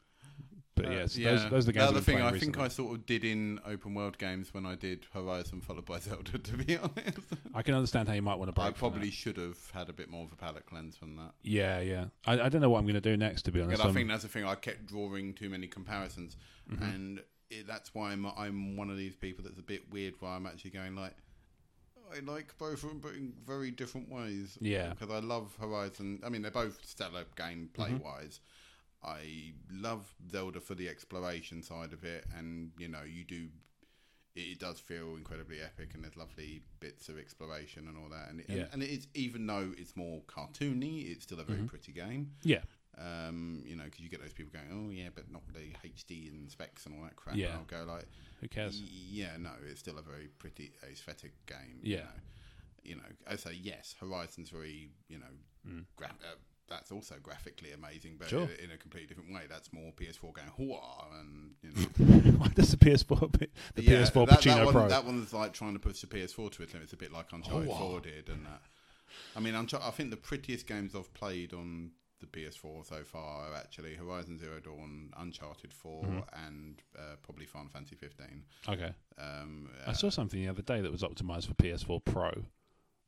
But
Uh,
yes,
yeah.
Those, those are the games.
other
I've
thing
been
I
playing
think I
recently.
sort of did in open world games when I did Horizon followed by Zelda. To be honest,
I can understand how you might want to break.
I
from
probably
that.
should have had a bit more of a palate cleanse from that.
Yeah, yeah. I, I don't know what I'm going to do next. To be honest,
And I
Um,
think that's the thing. I kept drawing too many comparisons,
Mm-hmm.
and it, that's why I'm I'm one of these people that's a bit weird. Where I'm actually going like, I like both of them, but in very different ways.
Yeah.
because I love Horizon. I mean, they're both stellar gameplay wise.
Mm-hmm.
I love Zelda for the exploration side of it, and you know, you do. It it does feel incredibly epic, and there's lovely bits of exploration and all that. And, it,
Yeah. Mm-hmm.
and, and it's even though it's more cartoony, it's still a very pretty game
yeah,
um, you know, because you get those people going, oh yeah, but not the HD and specs and all that crap.
Yeah.
And I'll go like,
who cares?
"Y- yeah, no, it's still a very pretty aesthetic game.
Yeah.
You know, you know I say yes, Horizon's very, you know, gra- uh, that's also graphically amazing, but
Mm. Sure.
in, in a completely different way. That's more PS4 going, Hua, and you know,
Why does the PS4 be- the
yeah,
PS4
that,
Pacino
that one,
Pro?
That one's like trying to push the PS4 to its limits. A bit like Uncharted
Oh, wow.
4 did, and that. I mean, Unchar- I think the prettiest games I've played on the PS4 so far are actually Horizon Zero Dawn, Uncharted 4,
Mm-hmm.
and uh, probably Final Fantasy 15.
Okay.
Um,
I
uh,
saw something the other day that was optimized for PS4 Pro.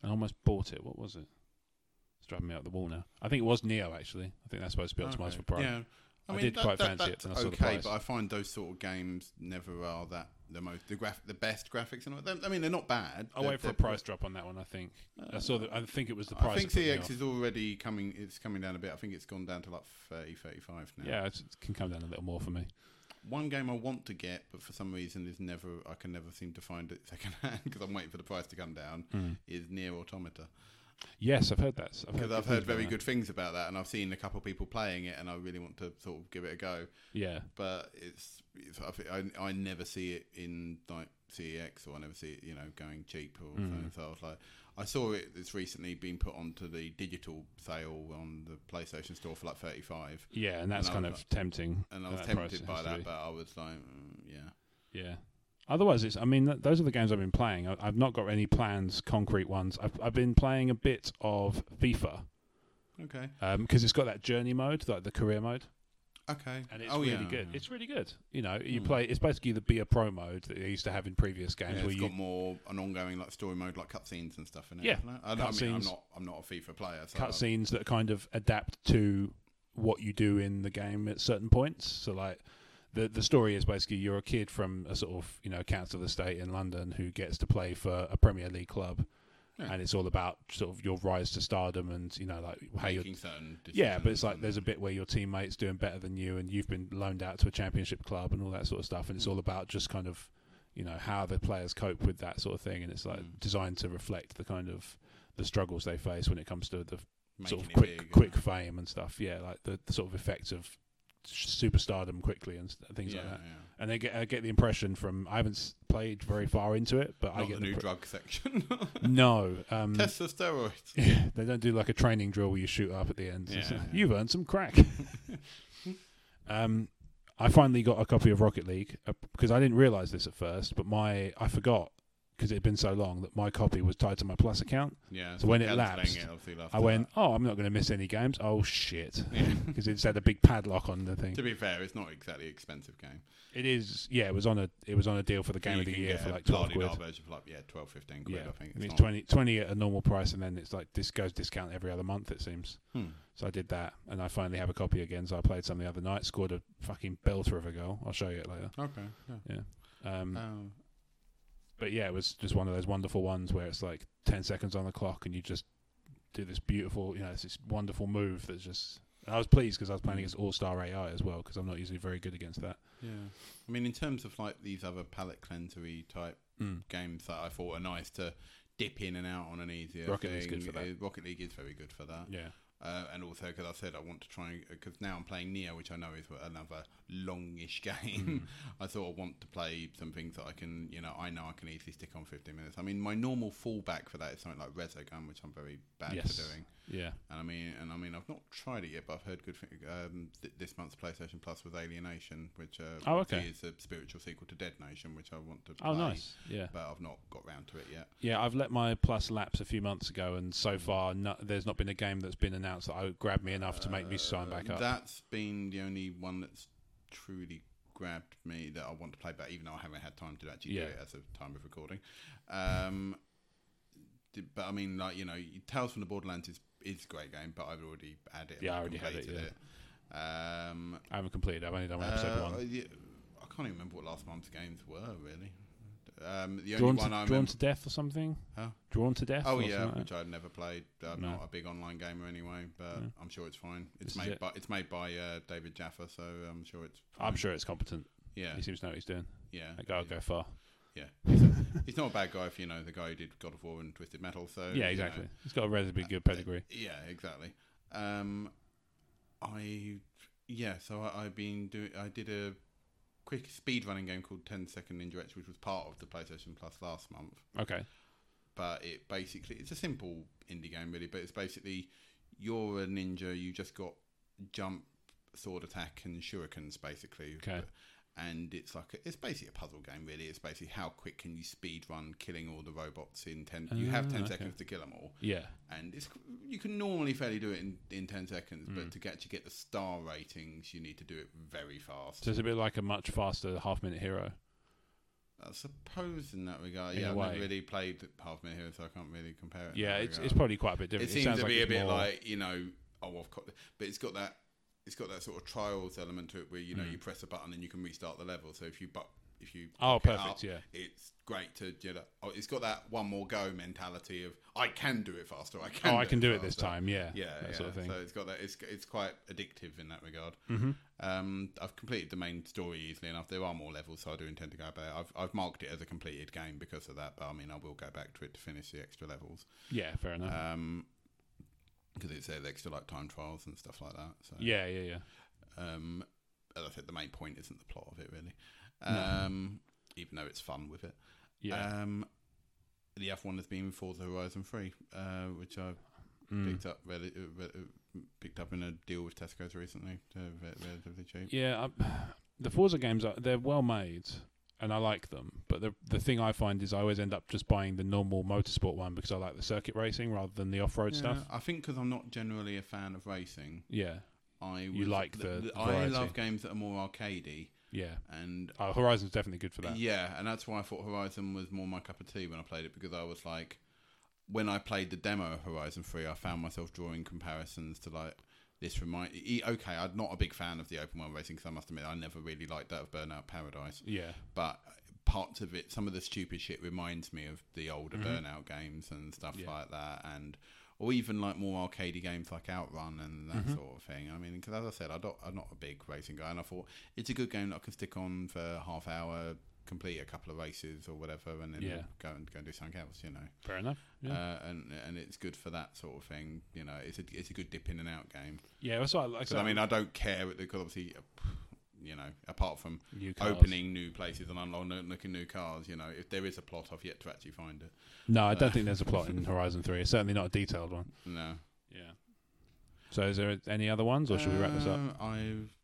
I almost bought it. What was it? It's driving me up the wall now. I think it was Neo actually. I think that's why it's been optimized
okay.
for Pro.
Yeah.
I did quite fancy it
that's
when I saw the
okay,
price.
but I find those sort of games never are that the most the graph the best graphics and all. They- I mean, they're not bad.
I'll
They're-
wait for a
they're-
price drop on that one. I think I saw that. I think it was the price.
I think
that put me
CX
off.
is already coming. It's coming down a bit. I think it's gone down to like 30, 35 now.
Yeah, it can come down a little more for me.
One game I want to get, but for some reason is never. I can never seem to find it second hand because I'm waiting for the price to come down. Is Near Automata
Yes, I've heard that. things
because I've heard
about
very
that.
good things about that, and I've seen a couple of people playing it, and I really want to sort of give it a go.
Yeah,
But it's, it's I, thi- I I never see it in like CEX or I never see it you know going cheap or
Mm.
something. So I was like, I saw it. It's recently been put onto the digital sale on the PlayStation Store for like thirty five.
yeah, and that's
And I
kind
was
of tempting.
and I was
at that price,
tempted
it
by
has to
that,
be.
but I was like, mm, yeah.
Yeah. Otherwise, it's. I mean, th- those are the games I've been playing. I, I've not got any plans, concrete ones. I've I've been playing a bit of FIFA
Okay.
because it's got that journey mode, like the career mode,
Okay.
and it's
oh,
really
yeah.
good.
Yeah.
It's really good. You know, you
Hmm.
play. It's basically the be a pro mode that they used to have in previous
Yeah,
games,
it's
where you
got more an ongoing like story mode, like cutscenes and stuff in it.
Yeah,
hasn't it? I, don't- I mean, I'm
cutscenes.
not, I'm not a FIFA player. So I-
cutscenes that kind of adapt to what you do in the game at certain points. So like the the story is basically you're a kid from a sort of you know council of the state in London who gets to play for a Premier League club,
Yeah.
and it's all about sort of your rise to stardom and you know like how you
making certain. Decisions
yeah, but it's like
and-
there's a bit where your teammates doing better than you, and you've been loaned out to a championship club and all that sort of stuff, and
Mm.
it's all about just kind of, you know, how the players cope with that sort of thing, and it's like
Mm.
designed to reflect the kind of the struggles they face when it comes to the sort of
making it
quick
big,
quick fame and stuff. Yeah, like the, the sort of effects of superstardom quickly and st-
and-
things
Yeah,
like that.
yeah.
And I get I get the impression from I haven't s- played very far into it, but I
Not
get
the
the Mm.
new
pr-
drug section.
no um,
Test the steroids.
they don't do like a training drill where you shoot up at the end.
Yeah, yeah.
You've earned some crack. um, I finally got a copy of Rocket League uh, because I didn't realize this at first, but my I forgot because it had been so long that my copy was tied to my Plus account.
Yeah.
So when it
cancelling
lapsed,
it, obviously
I
after
went, oh, I'm not going to miss any games. Oh shit,
that. Yeah.
because it just had a big padlock on the thing.
to be fair, it's not exactly an expensive game.
It is, yeah, it was on a it was on a deal for the game
You
of the
can
year
get
for
a
like twelve
la-di-da
quid.
version for like yeah, 12, 15 quid.
Yeah,
I think
I mean,
it's
it's
not-
20, 20 at a normal price, and then it's like this goes discount every other month. It seems.
Hmm.
So I did that, and I finally have a copy again. So I played some the other night, scored a fucking belter of a goal. I'll show you it later.
Okay. Yeah.
Um,
Um,
but yeah, it was just one of those wonderful ones where it's like ten seconds on the clock, and you just do this beautiful, you know, it's this wonderful move that's just. And I was pleased because I was playing
Mm.
against All Star AI as well because I'm not usually very good against that.
Yeah, I mean, in terms of like these other palette cleansery type
Mm.
games that I thought are nice to dip in and out on an easier
Rocket
thing,
League's good for that.
uh, Rocket League is very good for that,
Yeah,
uh, and also because I said I want to try because now I'm playing Neo, which I know is another longish game.
Hmm.
I sort of want to play some things that I can, you know, I know I can easily stick on 15 minutes. I mean, my normal fallback for that is something like Resogun, which I'm very bad
Yes.
for doing.
yeah,
And I mean, and I mean, I've not tried it yet, but I've heard good. Thing, um, th- this month's PlayStation Plus was Alienation, which uh,
Oh,
obviously
okay.
is a spiritual sequel to Dead Nation, which I want to.
oh
play,
nice, yeah,
But I've not got round to it yet.
yeah. I've let my plus lapse a few months ago, and so
Mm.
far no, there's not been a game that's been announced that I would grab me enough to make me sign
Uh,
back up.
That's been the only one that's truly grabbed me that I want to play back, even though I haven't had time to actually
Yeah.
do it as of time of recording. Um, d- but I mean, like you know, Tales from the Borderlands is is a great game, but I've already had it. and
Yeah, I already had it,
completed it. Um,
I haven't completed. I've only done one Oh, episode
Uh,
one.
yeah, I can't even remember what last month's games were really. Um, the
drawn
only one
to,
I
drawn
remember.
to death or something.
Huh?
Drawn to death.
Oh
or
yeah,
something like
which I'd never played. I'm
No.
not a big online gamer anyway, but I'm sure it's fine.
This
It's
is
made
it.
by it's made by uh, David Jaffa, so I'm sure it's.
that. I'm sure it's competent.
Yeah,
He seems to know what he's doing.
yeah,
That guy will go far.
yeah. He's, a- he's not a bad guy if you know the guy who did God of War and Twisted Metal. So Uh, you
yeah,
know.
exactly. He's got a relatively good pedigree.
Yeah, exactly. Um, I yeah, so I, I've been doing. I did a quick speed running game called 10 Second Ninja X, which was part of the PlayStation Plus last month.
Okay.
But it basically it's a simple indie game really, but it's basically you're a ninja. You just got jump, sword attack, and shurikens basically.
Okay.
and it's like a, it's basically a puzzle game. Really, it's basically how quick can you speed run killing all the robots in ten? you have
Ah,
ten
okay.
seconds to kill them all,
Yeah.
and it's you can normally fairly do it in, in ten seconds,
Mm.
but to actually get the star ratings, you need to do it very fast.
So it's a bit like a much faster half minute hero.
I suppose in that regard,
In
yeah,
a
I've
way.
never really played Half Minute Hero, so I can't really compare it. in
Yeah,
that
it's,
regard.
it's probably quite a bit different.
it seems
sounds
to
like
be a
it's
bit
more-
like you know, oh, I've got, but it's got that it's got that sort of trials element to it where you
Hmm.
know you press a button and you can restart the level. So if you but if you
Oh,
fuck it
perfect,
up,
yeah.
it's great to you know, oh, it's got that one more go mentality of I can do it faster. I can.
oh, I can do it this
faster."
time. Yeah,
Yeah,
that
yeah.
sort of thing. Mm-hmm.
So it's got that. It's it's quite addictive in that regard. Um, I've completed the main story easily enough. There are more levels, so I do intend to go back. I've I've marked it as a completed game because of that. But I mean, I will go back to it to finish the extra levels
yeah, fair enough.
um because it says extra like time trials and stuff like that so
yeah, yeah, yeah.
um as i said the main point isn't the plot of it really
No.
um even though it's fun with it
Yeah.
um the other one has been Forza Horizon 3, uh, which I
Mm.
picked up rel- uh, re- uh, picked up in a deal with Tesco's recently, uh, re- relatively cheap.
Yeah, I, the Forza games are they're well made, and I like them. But the the thing I find is I always end up just buying the normal motorsport one because I like the circuit racing rather than the off road stuff.
I think because I'm not generally a fan of racing,
Yeah,
I
You
was-
like the
I love
variety.
games that are more arcadey,
yeah.
and
Oh, Horizon's definitely good for that.
Yeah, and that's why I thought Horizon was more my cup of tea when I played it because I was like, when I played the demo of Horizon Three, I found myself drawing comparisons to like this remind. e- Okay, I'm not a big fan of the open world racing because I must admit I never really liked that of Burnout Paradise,
Yeah,
but parts of it, some of the stupid shit reminds me of the older Burnout games and stuff
Mm-hmm. Yeah.
like that, and. Or even like more arcadey games like Outrun and that
Mm-hmm.
sort of thing. I mean, because as I said, I don't, I'm not a big racing guy, and I thought it's a good game that I can stick on for a half hour, complete a couple of races or whatever, and then
Yeah.
go and go and do something else, you know.
fair enough. Yeah,
Uh, and and it's good for that sort of thing, you know. It's a it's a good dip in and out game.
yeah. That's what I like.
'Cause, I mean, I don't care because obviously, you know, apart from
new cars.
opening new places and unlocking new cars, you know, if there is a plot, I've yet to actually find it.
No, I don't think there's a plot in Horizon Three. It's certainly not a detailed one.
No.
Yeah. So, is there any other ones, or should we wrap this up?
Uh, I've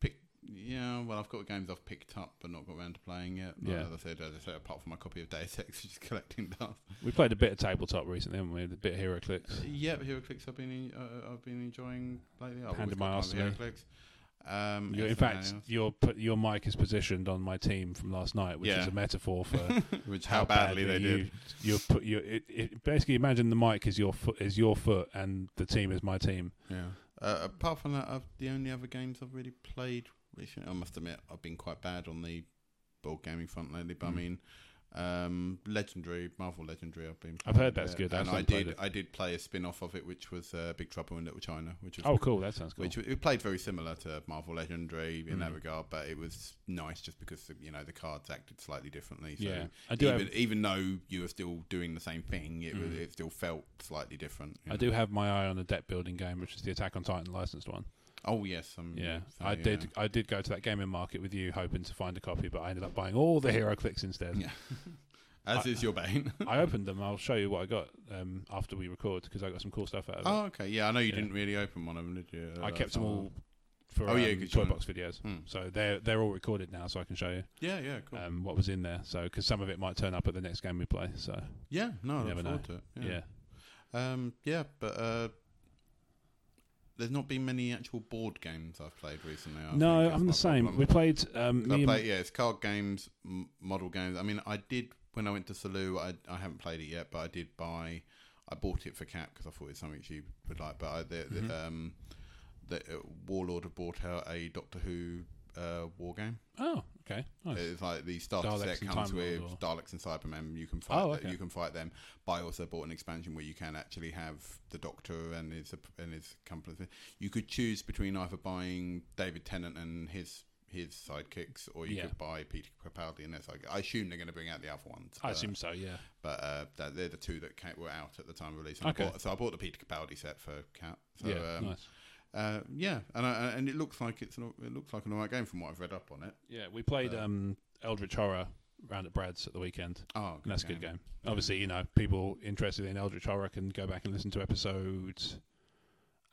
picked. Yeah, well, I've got games I've picked up but not got around to playing yet. But
Yeah.
As I said, as I said, apart from my copy of Deus Ex, which is collecting dust. Uh,
We played a bit of tabletop recently, haven't we? A bit of Hero Clicks.
Yep, HeroClix I've been uh, I've been enjoying lately. I've
Hand
always
in my
got
arse
time for
to
HeroClix. Um,
You-
yes,
in fact,
and-
your put your mic is positioned on my team from last night, which
Yeah.
is a metaphor for
which how, badly they
you,
did.
You put you it, it, basically imagine the mic is your foot is your foot and the team is my team.
Yeah. Uh, apart from that, I've, the only other games I've really played recently, I must admit, I've been quite bad on the board gaming front lately.
Mm.
But I mean, um, Legendary, Marvel Legendary, I've been.
I've
playing
heard
a
that's
bit.
good. I
And
haven't
I
played
did.
it.
I did play a spin off of it, which was uh, Big Trouble in Little China, which was
Oh, cool! That sounds cool.
which it played very similar to Marvel Legendary in that
Mm.
regard, but it was nice just because you know the cards acted slightly differently. So
yeah, I do.
even
Have,
even though you were still doing the same thing, it was,
Mm.
it still felt slightly different. you
I
know.
do have my eye on a deck building game, which is the Attack on Titan licensed one.
Oh yes, um,
Yeah,
so,
I
yeah.
did. I did go to that gaming market with you, hoping to find a copy, but I ended up buying all the Hero Clicks instead.
Yeah. As
I-
is your bane.
I opened them. I'll show you what I got um, after we record because I got some cool stuff out of it.
oh okay, yeah. I know you
Yeah.
didn't really open one of them, did you?
I
Uh,
kept them
some-
all for
Oh, yeah,
um,
'cause you
toy
wanna-
box videos.
Hmm.
So they're they're all recorded now, so I can show you
Yeah, yeah, cool.
um, what was in there. So because some of it might turn up at the next game we play. So
yeah, no, I
never
look
know.
forward to it.
yeah,
Um, yeah, but uh, there's not been many actual board games I've played recently. I
no,
think, is
I'm
my
the same.
problem.
We played um,
'Cause
me
I
and-
play, yeah, it's card games, m- model games. I mean, I did when I went to Salou. I I haven't played it yet, but I did buy. I bought it for Cap because I thought it's something she would like. But I, the,
Mhm.
the, um, the uh, Warlord have bought out a Doctor Who uh, war game.
Oh, okay, nice.
It's like the starter
Daleks
set
and
comes
Time
with
Lords or-
Daleks and Cybermen. You can fight.
Oh,
the-
okay.
You can fight them. But I also bought an expansion where you can actually have the Doctor and his and his company. You could choose between either buying David Tennant and his his sidekicks, or you
Yeah.
could buy Peter Capaldi and their sidekick. I assume they're going to bring out the other ones.
I
but-
assume so. Yeah,
but uh, that, they're the two that came, were out at the time of release. And I
Okay.
bought- so I bought the Peter Capaldi set for Cat. So,
yeah,
um,
nice.
uh, yeah, and I, and it looks like it's an, it looks like an alright game from what I've read up on it.
Yeah, we played
uh,
um, Eldritch Horror round at Brad's at the weekend.
Oh,
And that's a good game. Obviously, you know, people interested in Eldritch Horror can go back and listen to episode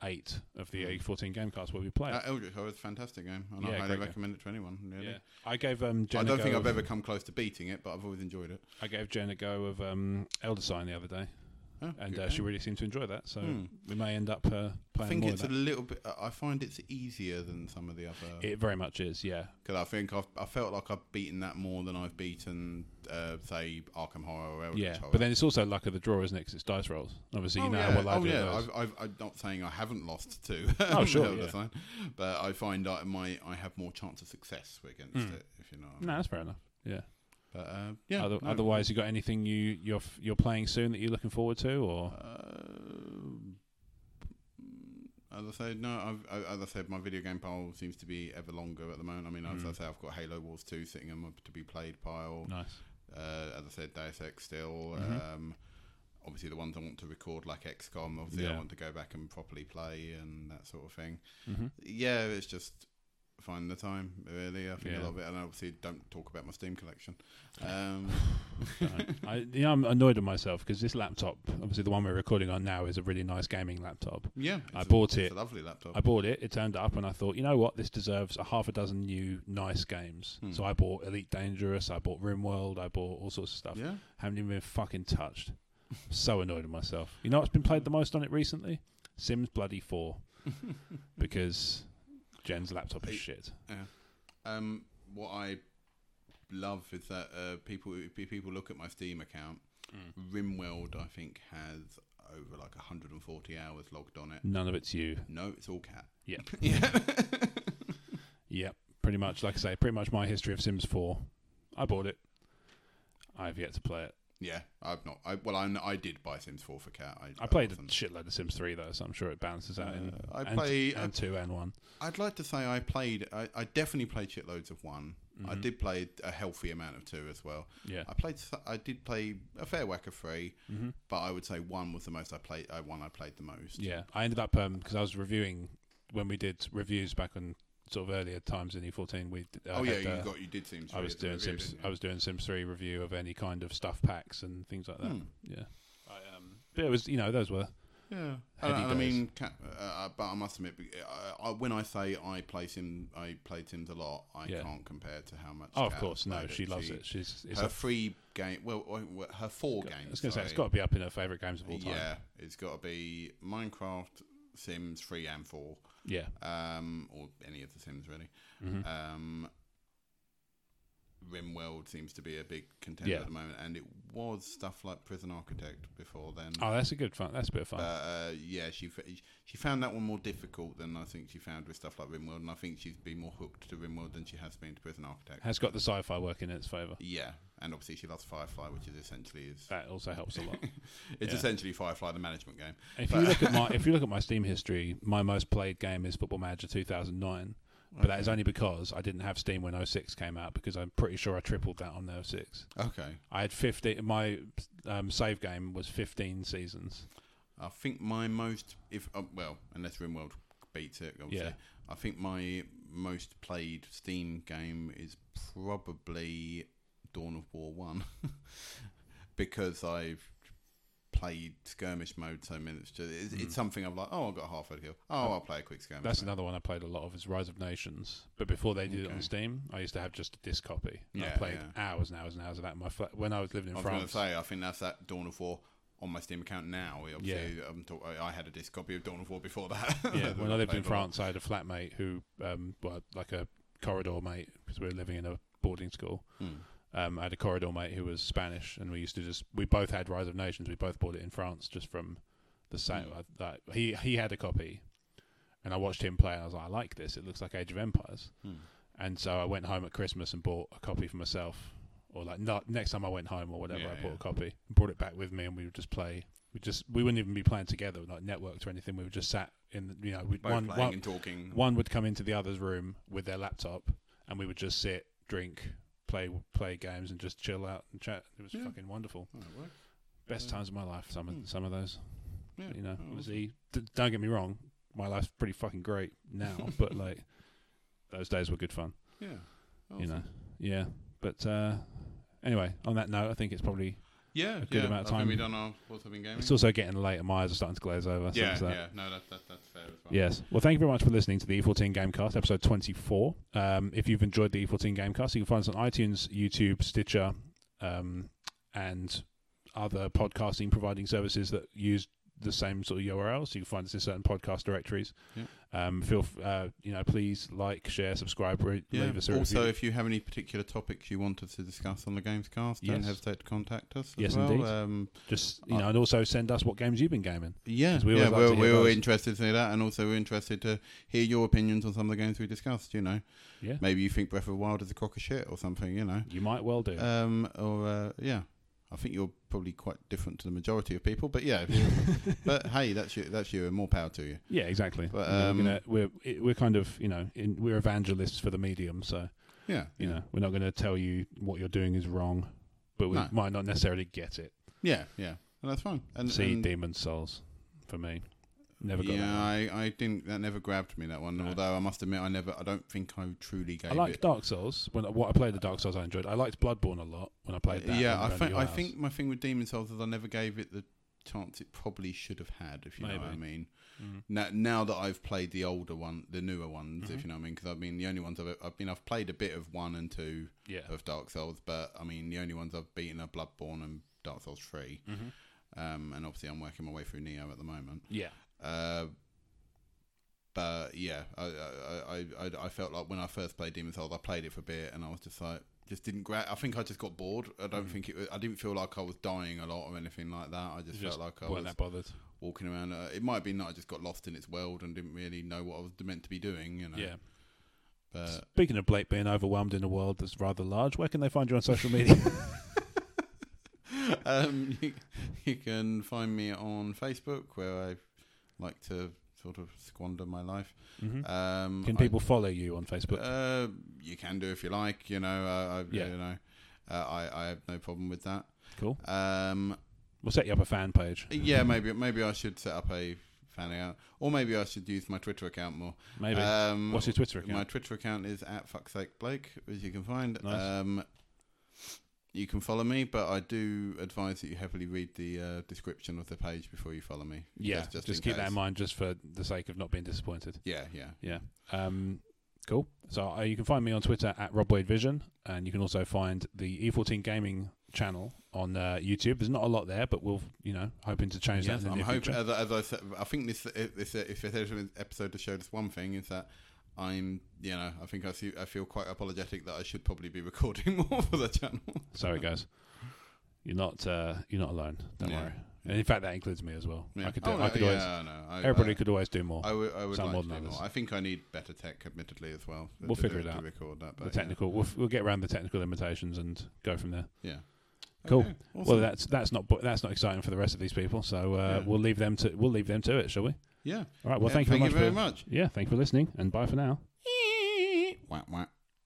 eight of the
Mm.
A14 game cards where we play. it.
Uh, Eldritch Horror is a fantastic game, and
Yeah,
I highly
great game.
recommend it to anyone. Really.
yeah, I gave um. Jen
I
a
don't
go
think I've
of-
ever come close to beating it, but I've always enjoyed it.
I gave Jen a go of um, Elder Sign the other day,
Oh,
and uh,
okay.
she really seemed to enjoy that. So
Hmm.
we may end up uh,
I
playing
think
more
it's a
of that.
little bit. I find it's easier than some of the other.
it very much is, yeah.
Because I think I've, I felt like I've beaten that more than I've beaten, uh, say, Arkham Horror or Eldritch
Yeah,
Horror.
but then it's also luck of the draw, isn't it? 'Cause it's dice rolls. Obviously,
oh,
you know
yeah.
how well I
oh,
do
yeah.
those.
I've, I've, I'm not saying I haven't lost two.
Oh, sure,
Elder
yeah.
Sign. But I find I, my I have more chance of success against
Mm.
it, if you know. What I mean.
No, that's fair enough. Yeah.
But uh, yeah.
Other,
no.
Otherwise, you got anything you you're f- you're playing soon that you're looking forward to, or
Uh, as I said, no. I've, I- as I said, my video game pile seems to be ever longer at the moment. I mean, as I
Mm.
say, I've got Halo Wars two sitting on my to be played pile.
nice?
Uh, as I said, Deus Ex still.
Mhm.
Um, obviously, the ones I want to record, like XCOM. Obviously, I
Yeah.
want to go back and properly play and that sort of thing.
hmm
Yeah, it's just finding the time. Really, I think
Yeah.
a lot of it. And obviously, don't talk about my Steam collection. Um,
I, you know, I'm annoyed at myself because this laptop, obviously the one we're recording on now, is a really nice gaming laptop.
yeah,
I
it's a-
bought it.
it's A lovely laptop.
I bought it, it turned up, and I thought, you know what, this deserves a half a dozen new nice games.
Hmm.
So I bought Elite Dangerous, I bought RimWorld, I bought all sorts of stuff.
yeah.
Haven't even been fucking touched. so annoyed at myself. You know what's been played the most on it recently? Sims Bloody 4. because Jen's laptop is
Hey.
shit.
Um, what I love is that uh, people if people look at my Steam account.
Mm.
RimWorld, I think, has over like 140 hours logged on it.
None of it's you.
No, it's all cat.
Yep.
yeah.
Yep, pretty much. Like I say, pretty much my history of Sims 4. I bought it. I've yet to play it.
Yeah, I've not. I, well, I, kn- I did buy Sims 4 for cat. I,
I played a
wasn't-
shitload of Sims 3 though, so I'm sure it balances out in.
Oh, Uh, I
and-
play-
and two and one.
I'd like to say I played. I, I definitely played shitloads of one. I
Mhm.
did uh, play a healthy amount of two as well.
Yeah.
I played. s- I did play a fair whack of three,
hmm
but I would say one was the most I played. I one I played the most.
Yeah, I ended up because I was reviewing when we did reviews back on sort of earlier times in E14. We d- uh,
oh yeah,
had,
you
uh,
got you did Sims.
I was doing Sims. I was doing Sims three review of any kind of stuff packs and things like that.
Hmm.
Yeah, I, um, but it was you know those were
Yeah,
Heady
I, I
days.
mean, ca- uh, uh, but I must admit, I, I, when I say I play Sim, I play Sims a lot. I
Yeah.
can't compare to how much.
oh of
Kat
course no
played
she loves it she's it's
her
up-
free game, well, uh, well, her four games.
I was gonna say it's
sorry.
got to be up in her favorite games of all time.
Yeah, it's got to be Minecraft, Sims three and four,
yeah.
um, or any of the Sims really.
Mhm.
Um, RimWorld seems to be a big contender
Yeah.
at the moment, and it was stuff like Prison Architect before then.
Oh, that's a good fun. That's a bit of fun.
But uh, yeah, she f- she found that one more difficult than I think she found with stuff like Rimworld, and I think she's been more hooked to Rimworld than she has been to Prison Architect.
Has got the sci-fi work in its favor.
Yeah, and obviously she loves Firefly, which is essentially is
That also helps a lot.
it's
yeah.
essentially Firefly the management game.
If you look at my if you look at my Steam history, my most played game is Football Manager 2009. But that is only because I didn't have Steam when 06 came out because I'm pretty sure I tripled that on 06.
Okay,
I had 15 my um, save game was 15 seasons.
I think my most if uh, well unless Rimworld beats it, obviously.
Yeah.
I think my most played Steam game is probably Dawn of War One because I've played skirmish mode so many. It's, just, it's, it's something I'm like, oh, I've got half a kill. Oh, I'll play a quick skirmish.
Mm. That's
mode.
another one I played a lot of is Rise of Nations. But before they did it on
Okay.
Steam, I used to have just a disc copy. And I
Yeah,
played
yeah.
hours and hours and hours of that in my flat when I was living in
I was going to
France.
say, I think that's that Dawn of War on my Steam account now. Obviously, I'm talk- I- I had a disc copy of Dawn of War before that.
yeah,
That
when I lived in
played a lot.
France, I had a flatmate who, um, well, like a corridor mate, because we were living in a boarding school.
Hmm.
Um, I had a corridor mate who was Spanish, and we used to just we both had Rise of Nations. We both bought it in France, just from the same.
Mm.
I Like, he he had a copy, and I watched him play. And I was like, I like this. It looks like Age of Empires.
Hmm.
And so I went home at Christmas and bought a copy for myself, or like not, next time I went home or whatever,
Yeah,
I bought
yeah.
a copy, brought it back with me, and we would just play. We just we wouldn't even be playing together, like networked or anything. We were just sat in, the, you know, we'd,
Both
one
playing
one,
and talking.
one would come into the other's room with their laptop, and we would just sit, drink, play play games, and just chill out and chat. It was
Yeah.
fucking wonderful.
Oh, it worked.
Best
Yeah.
times of my life. Some of,
Hmm.
some of those,
Yeah.
you know.
Oh,
Obviously, d- don't get me wrong, my life's pretty fucking great now, but like those days were good fun
Yeah.
you know.
Awesome.
Yeah. But uh, anyway, on that note, I think it's probably
Yeah,
good
yeah,
amount of
I think
time.
we done our what's been gaming.
It's also getting late, and my eyes are starting to glaze over. so
yeah,
there's that.
yeah. No, that, that that's fair as well.
Yes. Well, thank you very much for listening to the E14 Gamecast, episode 24. Um, if you've enjoyed the E14 Gamecast, you can find us on iTunes, YouTube, Stitcher, um, and other podcasting providing services that use the same sort of URLs. You can find us in certain podcast directories.
Yeah.
Um, feel, f- uh, you know, please like, share, subscribe, re-
Yeah.
leave us a
Also,
review.
if you have any particular topics you want us to discuss on the Games Cast, don't
Yes.
hesitate to contact us. As
Yes,
well.
indeed.
Um,
Just you know, and also send us what games you've been gaming.
yeah,
'Cause we
yeah,
always like
we're,
to hear
we're
those.
interested in that, and also we're interested to hear your opinions on some of the games we discussed. You know,
Yeah.
maybe you think Breath of the Wild is a crock of shit or something. You know,
You might well do.
um, or uh, yeah, I think you're probably quite different to the majority of people, but yeah, but hey, that's you, that's you, and more power to you.
yeah, exactly.
but,
You know,
um,
we're, gonna, we're it- we're kind of you know in, we're evangelists for the medium, so.
Yeah,
you know we're not going to tell you what you're doing is wrong but we
No.
might not necessarily get it
yeah, yeah, and that's fine. And,
see
and-
demon souls for me never got
yeah,
that
I, I didn't. That never grabbed me. That one.
No.
Although I must admit, I never. I don't think I truly gave
I like
it.
Dark Souls. When what I played the Dark Souls, I enjoyed. I liked Bloodborne a lot when I played that.
Uh, yeah,
when we
I
were
think
at your
I
house.
think my thing with Demon Souls is I never gave it the chance it probably should have had. If you know what I
Maybe.
mean.
Mm.
Now, now that I've played the older one, the newer ones,
Mhm.
if you know what I mean, because I've been the only ones I've, I've been. I've played a bit of one and two
yeah,
of Dark Souls, but I mean, the only ones I've beaten are Bloodborne and Dark Souls Three.
Mhm.
Um, and obviously, I'm working my way through Neo at the moment.
yeah,
Uh, but yeah, I, I, I, I, I felt like when I first played Demon's Souls, I played it for a bit, and I was just like, just didn't grab. I think I just got bored. I
Hmm.
don't think it. Was, I didn't feel like I was dying a lot or anything like that. I just,
Just
felt like I was
weren't that bothered.
walking around. Uh, it might have been that I just got lost in its world and didn't really know what I was meant to be doing. You know.
Yeah.
But
Speaking of Blake being overwhelmed in a world that's rather large, where can they find you on social media?
um, you, you can find me on Facebook where I like to sort of squander my life.
Mhm.
Um,
Can
I-
people follow you on Facebook?
Uh, you can do if you like. You know, I, I
Yeah.
you know, uh, I I have no problem with that.
cool.
Um,
We'll set you up a fan page.
yeah, maybe maybe I should set up a fan account, or maybe I should use my Twitter account more.
Maybe.
Um,
What's your Twitter
My
account?
Twitter account is at fucksake Blake, as you can find.
Nice.
Um, you can follow me, but I do advise that you heavily read the uh, description of the page before you follow me.
yeah,
just-
just,
just in
keep that
case.
in mind, just for the sake of not being disappointed.
Yeah, yeah.
Yeah. Um, cool. So uh, you can find me on Twitter at Rob Wade Vision, and you can also find the E14 Gaming channel on uh, YouTube. There's not a lot there, but we'll, you know, hoping to change
Yeah,
that. In the
I'm
near
hoping.
future.
As, I- as I said, I think this if, this if there's an episode to show us one thing is that I'm you know I think I see I feel quite apologetic that I should probably be recording more for the channel.
Sorry, guys. You're not uh, you're not alone. Don't
Yeah.
worry. And in fact, that includes me as well.
Yeah.
I could do.
Oh, no,
I could
yeah,
always.
no, I,
Everybody
I,
could always do more.
I would, I would
some
like
more
to
than
do
others.
more. I think I need better tech, admittedly, as well.
We'll
to
figure
do-
it
to
out.
record that,
the
but
technical. We'll, we'll get around the technical limitations and go from there.
Yeah. yeah.
Cool.
Okay, awesome.
Well, that's that's not bu- that's not exciting for the rest of these people. So uh,
Yeah.
we'll leave them to we'll leave them to it, shall we?
yeah.
All right. Well,
Yeah,
thank you very much.
very
for,
much.
Yeah. Thank you for listening, and bye for now.
Whack, whack.